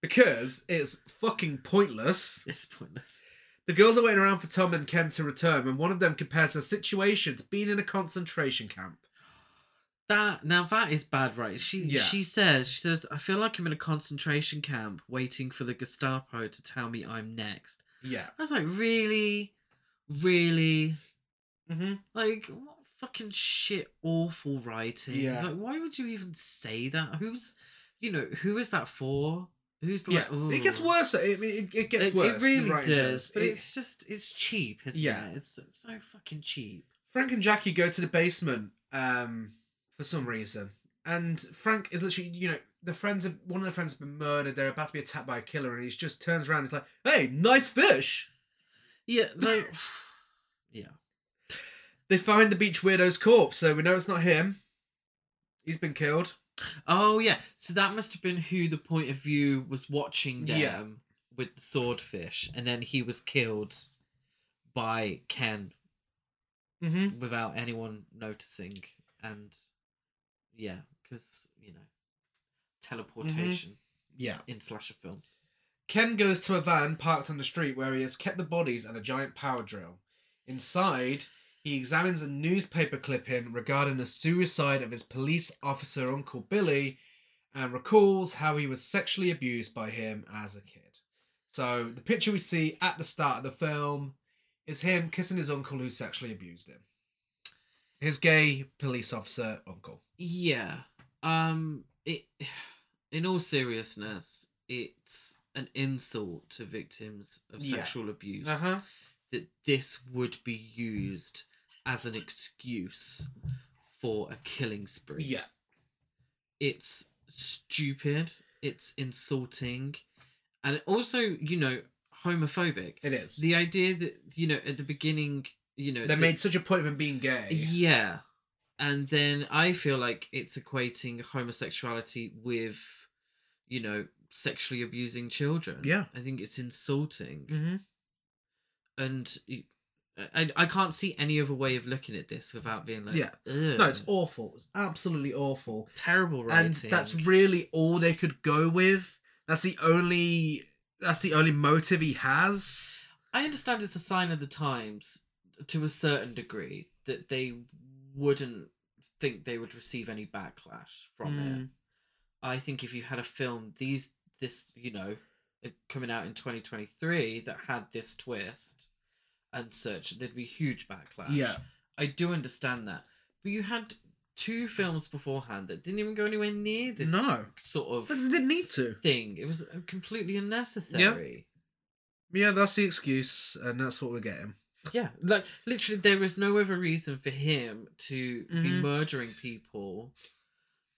Speaker 1: Because it's fucking pointless.
Speaker 2: It's pointless.
Speaker 1: The girls are waiting around for Tom and Ken to return, and one of them compares her situation to being in a concentration camp.
Speaker 2: That now that is bad, right? She
Speaker 1: Yeah.
Speaker 2: she says she says I feel like I'm in a concentration camp waiting for the Gestapo to tell me I'm next.
Speaker 1: Yeah.
Speaker 2: I was like, really, really,
Speaker 1: Mm-hmm.
Speaker 2: like what fucking shit, awful writing.
Speaker 1: Yeah.
Speaker 2: Like, why would you even say that? Who's, you know, who is that for? Who's the
Speaker 1: Yeah,
Speaker 2: like? "Ugh."
Speaker 1: it gets worse. It, it, it gets
Speaker 2: It, it
Speaker 1: worse.
Speaker 2: really
Speaker 1: right,
Speaker 2: does,
Speaker 1: it
Speaker 2: but
Speaker 1: It-
Speaker 2: it's just it's cheap, isn't
Speaker 1: Yeah.
Speaker 2: it? It's so fucking cheap.
Speaker 1: Frank and Jackie go to the basement um, for some reason, and Frank is literally, you know, the friends of one of the friends has been murdered. They're about to be attacked by a killer, and he just turns around. and He's like, "Hey, nice fish."
Speaker 2: Yeah, like, yeah.
Speaker 1: They find the beach weirdo's corpse, so we know it's not him. He's been killed.
Speaker 2: Oh yeah, so that must have been who the point of view was watching them
Speaker 1: Yeah.
Speaker 2: with the swordfish, and then he was killed by Ken
Speaker 1: Mm-hmm.
Speaker 2: without anyone noticing, and yeah, because you know
Speaker 1: Mm-hmm.
Speaker 2: teleportation
Speaker 1: Yeah.
Speaker 2: in slasher films.
Speaker 1: Ken goes to a van parked on the street where he has kept the bodies and a giant power drill. Inside, he examines a newspaper clipping regarding the suicide of his police officer uncle Billy and recalls how he was sexually abused by him as a kid. So, the picture we see at the start of the film is him kissing his uncle who sexually abused him. His gay police officer uncle.
Speaker 2: Yeah. Um. It. In all seriousness, it's an insult to victims of
Speaker 1: Yeah. Uh-huh.
Speaker 2: sexual abuse. that this would be used as an excuse for a killing spree.
Speaker 1: Yeah.
Speaker 2: It's stupid, it's insulting, and it also, you know, homophobic.
Speaker 1: It is.
Speaker 2: The idea that, you know, at the beginning, you know,
Speaker 1: They
Speaker 2: the-
Speaker 1: made such a point of him being gay.
Speaker 2: yeah. and then I feel like it's equating homosexuality with, you know, sexually abusing children.
Speaker 1: Yeah.
Speaker 2: I think it's insulting,
Speaker 1: Mm-hmm.
Speaker 2: and y- I I can't see any other way of looking at this without being like,
Speaker 1: Yeah.
Speaker 2: Ugh,
Speaker 1: No, it's awful. It's absolutely awful.
Speaker 2: terrible writing.
Speaker 1: And that's really all they could go with. That's the only. That's the only motive he has.
Speaker 2: I understand it's a sign of the times to a certain degree that they wouldn't think they would receive any backlash from
Speaker 1: Hmm.
Speaker 2: it. I think if you had a film these this you know it coming out in 2023 that had this twist and such there'd be huge backlash.
Speaker 1: Yeah.
Speaker 2: I do understand that. But you had two films beforehand that didn't even go anywhere near this
Speaker 1: No.
Speaker 2: sort of
Speaker 1: But they didn't need to.
Speaker 2: thing. It was uh, completely unnecessary.
Speaker 1: Yeah, that's the excuse, and that's what we're getting.
Speaker 2: Yeah, like literally, there is no other reason for him to be
Speaker 1: Mhm.
Speaker 2: murdering people,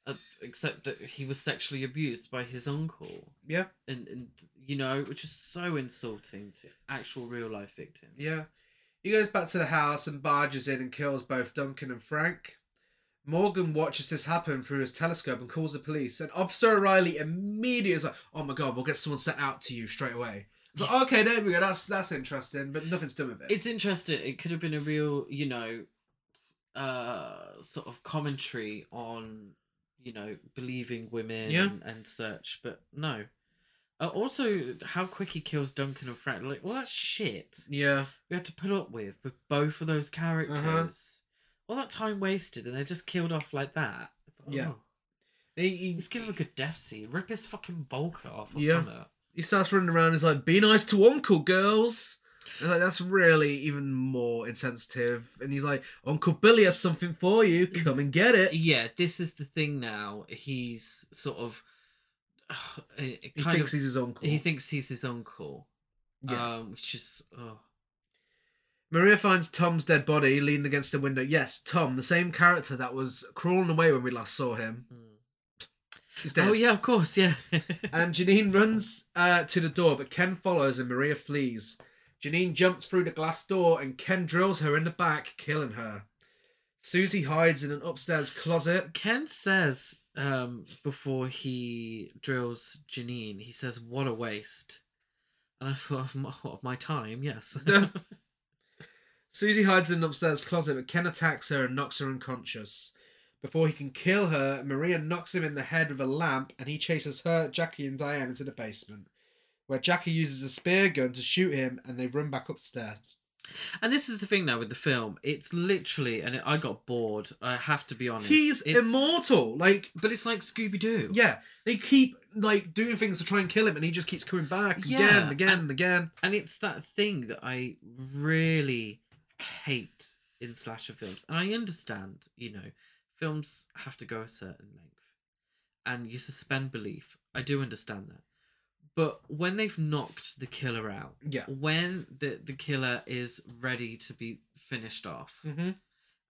Speaker 2: uh, except that he was sexually abused by his uncle,
Speaker 1: Yeah,
Speaker 2: and, and you know, which is so insulting to actual real life victims.
Speaker 1: yeah. He goes back to the house and barges in and kills both Duncan and Frank. Morgan watches this happen through his telescope and calls the police. And Officer O'Reilly immediately is like, "Oh my god, we'll get someone sent out to you straight away." It's like, okay, there we go. That's that's interesting, but nothing's done with it.
Speaker 2: it's interesting. It could have been a real, you know, uh, sort of commentary on, you know, believing women
Speaker 1: Yeah.
Speaker 2: and, and such, but no. Uh, also, how quick he kills Duncan and Frank. Like, well, that's shit.
Speaker 1: yeah,
Speaker 2: we had to put up with with both of those characters. All that time wasted, and they're just killed off like that.
Speaker 1: Yeah.
Speaker 2: Oh,
Speaker 1: he, he,
Speaker 2: let's give him a good death scene. Rip his fucking bulker off or
Speaker 1: Yeah.
Speaker 2: something.
Speaker 1: he starts running around. He's like, "Be nice to Uncle, girls." And like that's really even more insensitive. And he's like, "Uncle Billy has something for you. Come and get it."
Speaker 2: Yeah, this is the thing now. He's sort of. He
Speaker 1: He thinks he's his uncle.
Speaker 2: He thinks he's his uncle.
Speaker 1: Yeah.
Speaker 2: Um, which is. Oh.
Speaker 1: Maria finds Tom's dead body leaning against the window. Yes, Tom, the same character that was crawling away when we last saw him. He's dead.
Speaker 2: Oh, yeah, of course, yeah.
Speaker 1: And Janine runs uh, to the door, but Ken follows and Maria flees. Janine jumps through the glass door and Ken drills her in the back, killing her. Susie hides in an upstairs closet.
Speaker 2: Ken says um, before he drills Janine, he says, "What a waste." And I thought, "My, what, my time, yes."
Speaker 1: Susie hides in an upstairs closet, but Ken attacks her and knocks her unconscious. Before he can kill her, Maria knocks him in the head with a lamp and he chases her, Jackie, and Diane into the basement, where Jackie uses a spear gun to shoot him and they run back upstairs.
Speaker 2: and this is the thing now with the film; it's literally, and I got bored. I have to be honest.
Speaker 1: He's
Speaker 2: It's-
Speaker 1: immortal! Like,
Speaker 2: but it's like Scooby Doo.
Speaker 1: yeah, they keep like doing things to try and kill him and he just keeps coming back
Speaker 2: Yeah,
Speaker 1: again and again
Speaker 2: and-
Speaker 1: and again.
Speaker 2: and it's that thing that I really hate in slasher films, and I understand, you know, films have to go a certain length, and you suspend belief. I do understand that, but when they've knocked the killer out,
Speaker 1: Yeah.
Speaker 2: when the the killer is ready to be finished off
Speaker 1: Mm-hmm.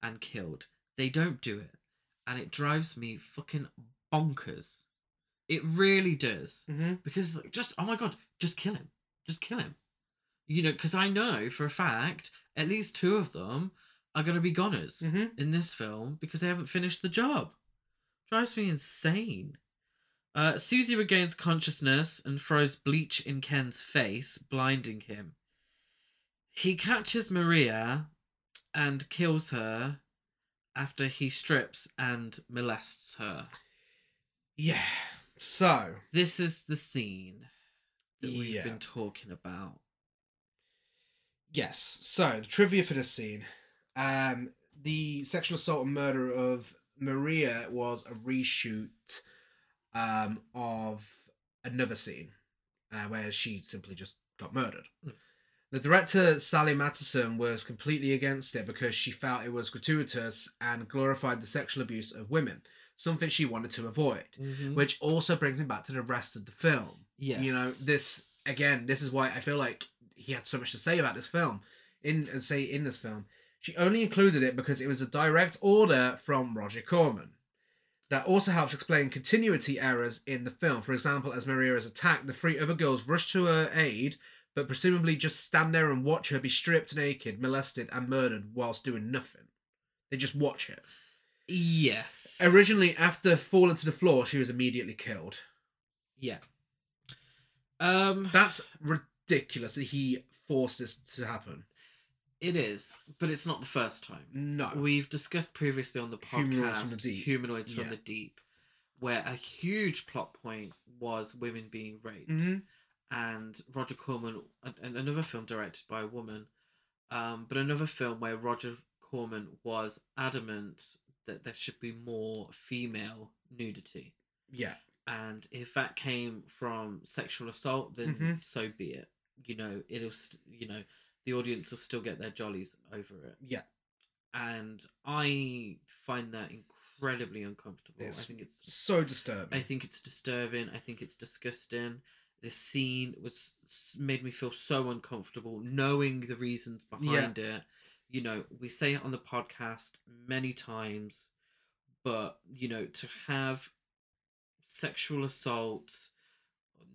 Speaker 2: and killed, they don't do it, and it drives me fucking bonkers. It really does
Speaker 1: Mm-hmm.
Speaker 2: because like, just oh my god, just kill him, just kill him. You know, because I know for a fact at least two of them are gonna be goners
Speaker 1: Mhm.
Speaker 2: in this film because they haven't finished the job. Drives me insane. Uh, Susie regains consciousness and throws bleach in Ken's face, blinding him. He catches Maria and kills her after he strips and molests her.
Speaker 1: Yeah. So,
Speaker 2: This is the scene that we've
Speaker 1: Yeah.
Speaker 2: been talking about.
Speaker 1: Yes. So the trivia for this scene: um, the sexual assault and murder of Maria was a reshoot um, of another scene uh, where she simply just got murdered. The director Sally Matterson was completely against it because she felt it was gratuitous and glorified the sexual abuse of women, something she wanted to avoid.
Speaker 2: Mm-hmm.
Speaker 1: Which also brings me back to the rest of the film. You know, this
Speaker 2: Yes.
Speaker 1: again, this is why I feel like he had so much to say about this film. In and say in this film. She only included it because it was a direct order from Roger Corman. That also helps explain continuity errors in the film. For example, as Maria is attacked, the three other girls rush to her aid, but presumably just stand there and watch her be stripped naked, molested, and murdered whilst doing nothing. They just watch it.
Speaker 2: Yes.
Speaker 1: Originally, after falling to the floor, she was immediately killed.
Speaker 2: yeah. Um,
Speaker 1: That's ridiculous that he forced this to happen.
Speaker 2: it is, but it's not the first time.
Speaker 1: No.
Speaker 2: We've discussed previously on the podcast
Speaker 1: Humanoids from the Deep.
Speaker 2: Humanoids from
Speaker 1: Yeah.
Speaker 2: the Deep, where a huge plot point was women being raped.
Speaker 1: Mhm.
Speaker 2: and Roger Corman, and- and another film directed by a woman, um, but another film where Roger Corman was adamant that there should be more female nudity.
Speaker 1: Yeah.
Speaker 2: And if that came from sexual assault, then
Speaker 1: Mhm.
Speaker 2: so be it. You know, it'll, st- you know, the audience will still get their jollies over it.
Speaker 1: Yeah.
Speaker 2: And I find that incredibly uncomfortable. I
Speaker 1: It's
Speaker 2: think it's
Speaker 1: So disturbing.
Speaker 2: I think it's disturbing. I think it's disgusting. This scene was s- made me feel so uncomfortable, knowing the reasons behind it. You know, we say it on the podcast many times, but you know, to have sexual assault,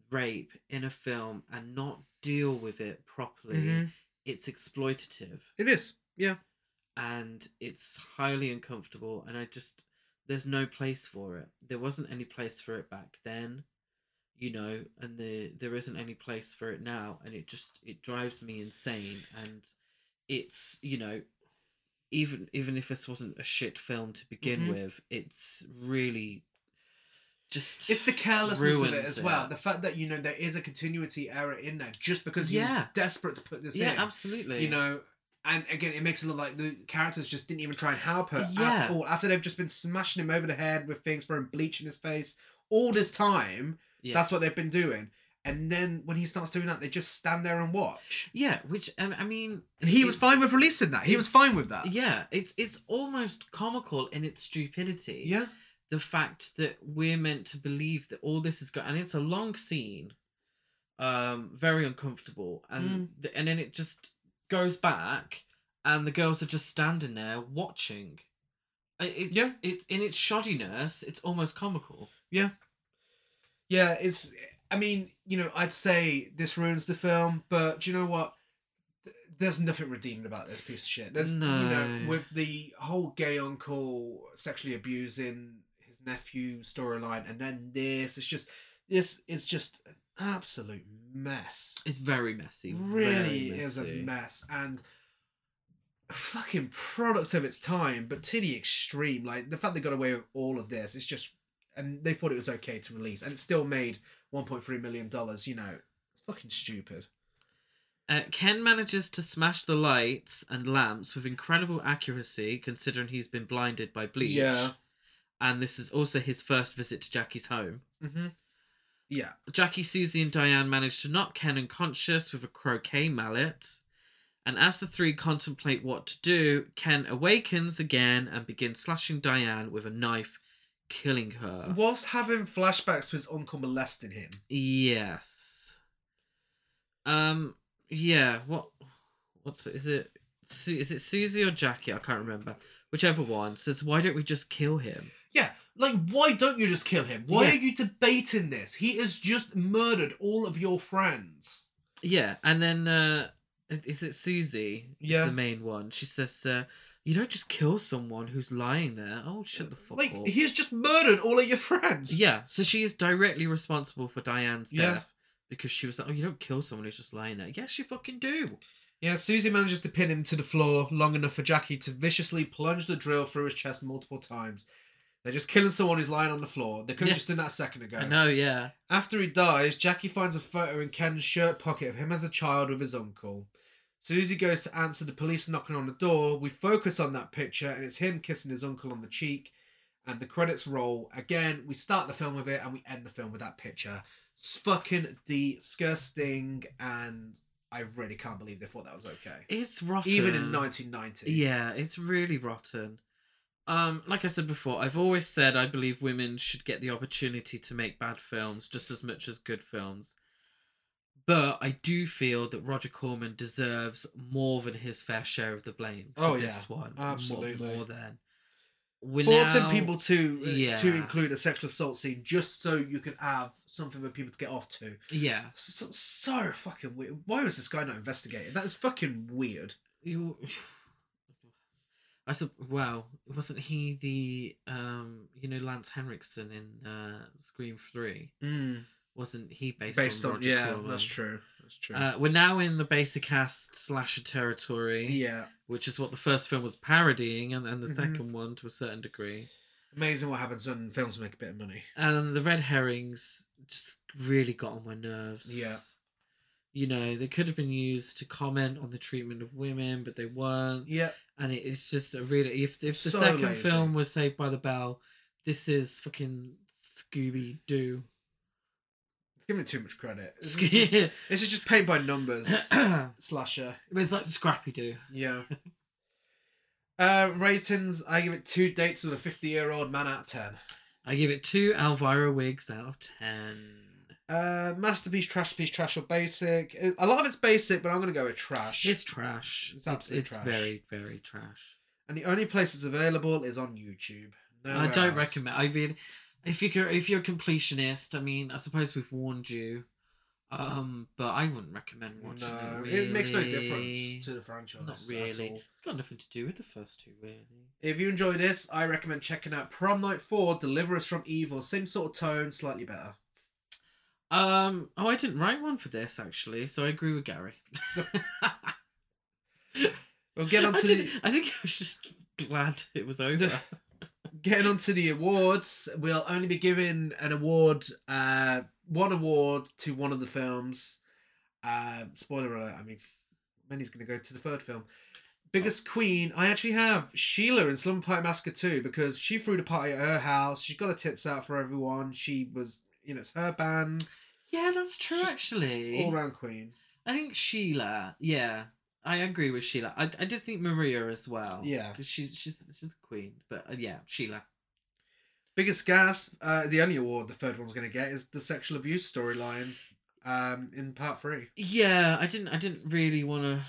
Speaker 2: rape in a film and not deal with it properly,
Speaker 1: Mhm.
Speaker 2: it's exploitative
Speaker 1: It is. Yeah.
Speaker 2: and it's highly uncomfortable and i just there's no place for it there wasn't any place for it back then you know and the, there isn't any place for it now and it just it drives me insane and it's you know even even if this wasn't a shit film to begin
Speaker 1: Mhm.
Speaker 2: with it's really just
Speaker 1: It's the carelessness of it
Speaker 2: Ruins
Speaker 1: as
Speaker 2: it.
Speaker 1: well. The fact that you know there is a continuity error in there just because he's
Speaker 2: Yeah.
Speaker 1: desperate to put this
Speaker 2: yeah
Speaker 1: in.
Speaker 2: absolutely
Speaker 1: You know, and again, it makes it look like the characters just didn't even try and help her
Speaker 2: Yeah.
Speaker 1: at all. After they've just been smashing him over the head with things, throwing bleach in his face all this time.
Speaker 2: Yeah.
Speaker 1: That's what they've been doing. And then when he starts doing that, they just stand there and watch.
Speaker 2: yeah which and i mean
Speaker 1: And he was fine with
Speaker 2: it's-
Speaker 1: releasing that. He was
Speaker 2: it's-
Speaker 1: fine with that.
Speaker 2: yeah it's it's almost comical in its stupidity
Speaker 1: Yeah.
Speaker 2: the fact that we're meant to believe that all this is going and it's a long scene um very uncomfortable and th- and then it just goes back and the girls are just standing there watching I- it's
Speaker 1: Yeah.
Speaker 2: it's in its shoddiness it's almost comical
Speaker 1: Yeah, it's. I mean, you know, I'd say this ruins the film, but do you know what? Th- There's nothing redeemed about this piece of shit. There's, you know,
Speaker 2: No.
Speaker 1: with the whole gay uncle sexually abusing his nephew storyline, and then this, it's just, this is just an absolute mess.
Speaker 2: it's very messy
Speaker 1: really
Speaker 2: very
Speaker 1: is a
Speaker 2: messy.
Speaker 1: mess and a fucking product of its time but to the extreme like the fact they got away with all of this it's just and they thought it was okay to release and it still made 1.3 million dollars you know it's fucking stupid
Speaker 2: Uh, Ken manages to smash the lights and lamps with incredible accuracy, considering he's been blinded by bleach.
Speaker 1: Yeah.
Speaker 2: And this is also his first visit to Jackie's home.
Speaker 1: mm-hmm. yeah
Speaker 2: Jackie, Susie, and Diane manage to knock Ken unconscious with a croquet mallet. And as the three contemplate what to do, Ken awakens again and begins slashing Diane with a knife, killing her.
Speaker 1: whilst having flashbacks to his uncle molesting him
Speaker 2: Yes. Um. Yeah. What? What's it? Is it? Su- Is it Susie or Jackie? I can't remember. Whichever one says, "Why don't we just kill him?"
Speaker 1: yeah like why don't you just kill him why
Speaker 2: Yeah.
Speaker 1: are you debating this he has just murdered all of your friends
Speaker 2: Yeah. And then, uh, is it Susie? is
Speaker 1: Yeah.
Speaker 2: The main one. She says, uh, "You don't just kill someone who's lying there." Oh, shut the fuck
Speaker 1: like
Speaker 2: up.
Speaker 1: he has just murdered all of your friends
Speaker 2: Yeah. So she is directly responsible for Diane's
Speaker 1: Yeah.
Speaker 2: death because she was like, "Oh, you don't kill someone who's just lying there." Yes, you fucking do.
Speaker 1: Yeah, Susie manages to pin him to the floor long enough for Jackie to viciously plunge the drill through his chest multiple times. They're just killing someone who's lying on the floor. They could have
Speaker 2: Yeah.
Speaker 1: just done that a second ago.
Speaker 2: I know. Yeah.
Speaker 1: After he dies, Jackie finds a photo in Ken's shirt pocket of him as a child with his uncle. Susie goes to answer the police knocking on the door. We focus on that picture, and it's him kissing his uncle on the cheek. And the credits roll. Again, we start the film with it, and we end the film with that picture. It's fucking disgusting, and I really can't believe they thought that was okay.
Speaker 2: It's rotten.
Speaker 1: Even in 1990.
Speaker 2: Yeah, it's really rotten. Um, like I said before, I've always said I believe women should get the opportunity to make bad films just as much as good films. But I do feel that Roger Corman deserves more than his fair share of the blame for
Speaker 1: Oh, yeah.
Speaker 2: this one. Mo-
Speaker 1: Absolutely.
Speaker 2: More, than. We're
Speaker 1: Forcing
Speaker 2: now-
Speaker 1: people to uh,
Speaker 2: Yeah.
Speaker 1: to include a sexual assault scene just so you could have something for people to get off to.
Speaker 2: Yeah.
Speaker 1: So, so fucking weird. Why was this guy not investigated? That is fucking weird.
Speaker 2: You... I said, well, wasn't he the um, you know, Lance Henriksen in uh, Scream Three?
Speaker 1: Mm.
Speaker 2: Wasn't he based,
Speaker 1: Based
Speaker 2: on,
Speaker 1: on,
Speaker 2: Roger
Speaker 1: yeah,
Speaker 2: Corman?
Speaker 1: that's true. That's true.
Speaker 2: Uh, we're now in the Basicast slasher territory,
Speaker 1: yeah,
Speaker 2: which is what the first film was parodying, and then the
Speaker 1: Mhm.
Speaker 2: second one to a certain degree.
Speaker 1: amazing what happens when films make a bit of money.
Speaker 2: And the red herrings just really got on my nerves.
Speaker 1: Yeah.
Speaker 2: You know, they could have been used to comment on the treatment of women, but they weren't.
Speaker 1: Yeah,
Speaker 2: And it, it's just a really if if the
Speaker 1: So
Speaker 2: second
Speaker 1: lazy.
Speaker 2: film was Saved by the Bell, this is fucking Scooby Doo.
Speaker 1: it's giving it too much credit. This is just,
Speaker 2: it
Speaker 1: this is just paid by numbers
Speaker 2: was
Speaker 1: slasher.
Speaker 2: like Scrappy Doo.
Speaker 1: Yeah. Uh, ratings. I give it two dates of a fifty-year-old man out of ten.
Speaker 2: I give it two Elvira wigs out of ten.
Speaker 1: Uh, masterpiece, trash piece, trash or basic. Uh, A lot of it's basic, but I'm gonna go with trash.
Speaker 2: It's trash.
Speaker 1: It's absolute
Speaker 2: it's
Speaker 1: trash.
Speaker 2: very, very trash.
Speaker 1: And the only place it's available is on YouTube.
Speaker 2: I
Speaker 1: Nowhere
Speaker 2: don't
Speaker 1: else.
Speaker 2: recommend. I mean, if you go- if you're a completionist, I mean, I suppose we've warned you, um, but I wouldn't recommend watching
Speaker 1: No,
Speaker 2: it.
Speaker 1: it makes no
Speaker 2: really.
Speaker 1: difference to the franchise.
Speaker 2: Not
Speaker 1: at
Speaker 2: really.
Speaker 1: all.
Speaker 2: It's got nothing to do with the first two, really.
Speaker 1: If you enjoy this, I recommend checking out Prom Night 4 Deliver Us From Evil. Same sort of tone, slightly better.
Speaker 2: Um. Oh, I didn't write one for this actually, so I agree with Gary.
Speaker 1: We'll get on
Speaker 2: I,
Speaker 1: to the,
Speaker 2: didn't- I think I was just glad it was over.
Speaker 1: getting on to the awards. We'll only be giving an award, uh, one award to one of the films. Uh, spoiler alert, I mean, Minnie's going to go to the third film. Biggest Queen, I actually have Sheila in Slumber Party Massacre 2 because she threw the party at her house. She's got her tits out for everyone. She was, you know, it's her band.
Speaker 2: yeah, that's true.
Speaker 1: Just
Speaker 2: Actually,
Speaker 1: All round Queen.
Speaker 2: I think Sheila. Yeah, I agree with Sheila. I, I did think Maria as well.
Speaker 1: Yeah.
Speaker 2: because she's she's she's a queen. But uh, yeah, Sheila.
Speaker 1: Biggest gasp, uh, the only award the third one's going to get is the sexual abuse storyline um, in part three.
Speaker 2: Yeah, I didn't I didn't really want to.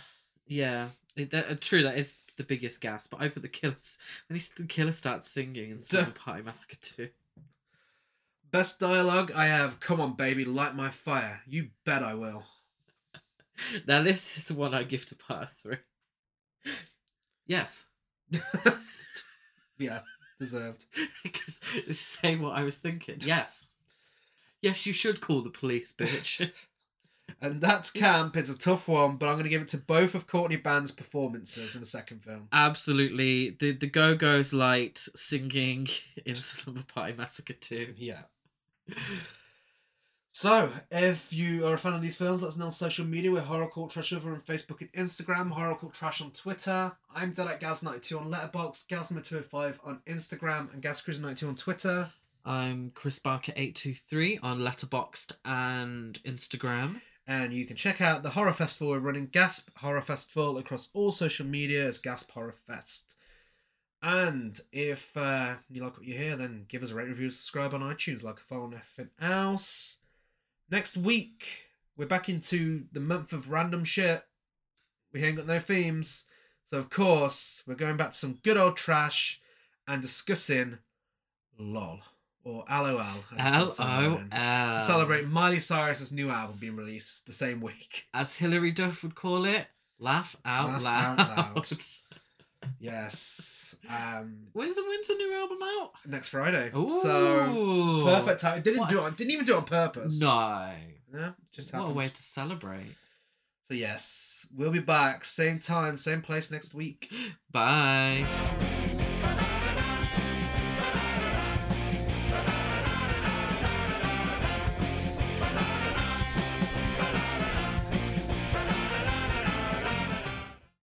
Speaker 2: Yeah, it, that, uh, true. That is the biggest gas. But I put the killers when he's, the killer starts singing in Slumber Party Massacre too.
Speaker 1: Best dialogue, I have Come on, baby, light my fire. You bet I will.
Speaker 2: Now this is the one I give to part three. Yes,
Speaker 1: Yeah, deserved.
Speaker 2: because it's saying what I was thinking. Yes, yes, you should call the police, bitch.
Speaker 1: And that's Camp. It's a tough one, but I'm going to give it to both of Courtney Band's performances in the second film.
Speaker 2: Absolutely. The the Go Go's light singing in Slumber Party Massacre 2.
Speaker 1: Yeah. So, if you are a fan of these films, let us know on social media. We're Horror Cult Trash over on Facebook and Instagram, Horror Cult Trash on Twitter. I'm dead at Gaz92 on Letterboxd, Gazma205 on Instagram, and GazCruiser92 on Twitter.
Speaker 2: I'm Chris Barker823 on Letterboxd and Instagram.
Speaker 1: And you can check out the Horror Festival. We're running Gasp Horror Festival across all social media as Gasp Horror Fest. And if uh, you like what you hear, then give us a rate, review, subscribe on iTunes, like a follow on everything else. Next week, we're back into the month of random shit. We ain't got no themes. So, of course, we're going back to some good old trash and discussing LOL or LOL. as
Speaker 2: L
Speaker 1: it's also
Speaker 2: O
Speaker 1: known
Speaker 2: L.
Speaker 1: to celebrate Miley Cyrus's new album being released the same week.
Speaker 2: As Hilary Duff would call it, laugh out
Speaker 1: Laugh
Speaker 2: loud.
Speaker 1: out loud. Yes, um,
Speaker 2: When's the when's the new album out?
Speaker 1: next Friday.
Speaker 2: Ooh.
Speaker 1: So perfect time. Didn't
Speaker 2: What
Speaker 1: do
Speaker 2: a
Speaker 1: it. Didn't even do it on purpose.
Speaker 2: No.
Speaker 1: No, just
Speaker 2: what a
Speaker 1: happened.
Speaker 2: way to celebrate.
Speaker 1: So yes, we'll be back same time, same place next week.
Speaker 2: Bye.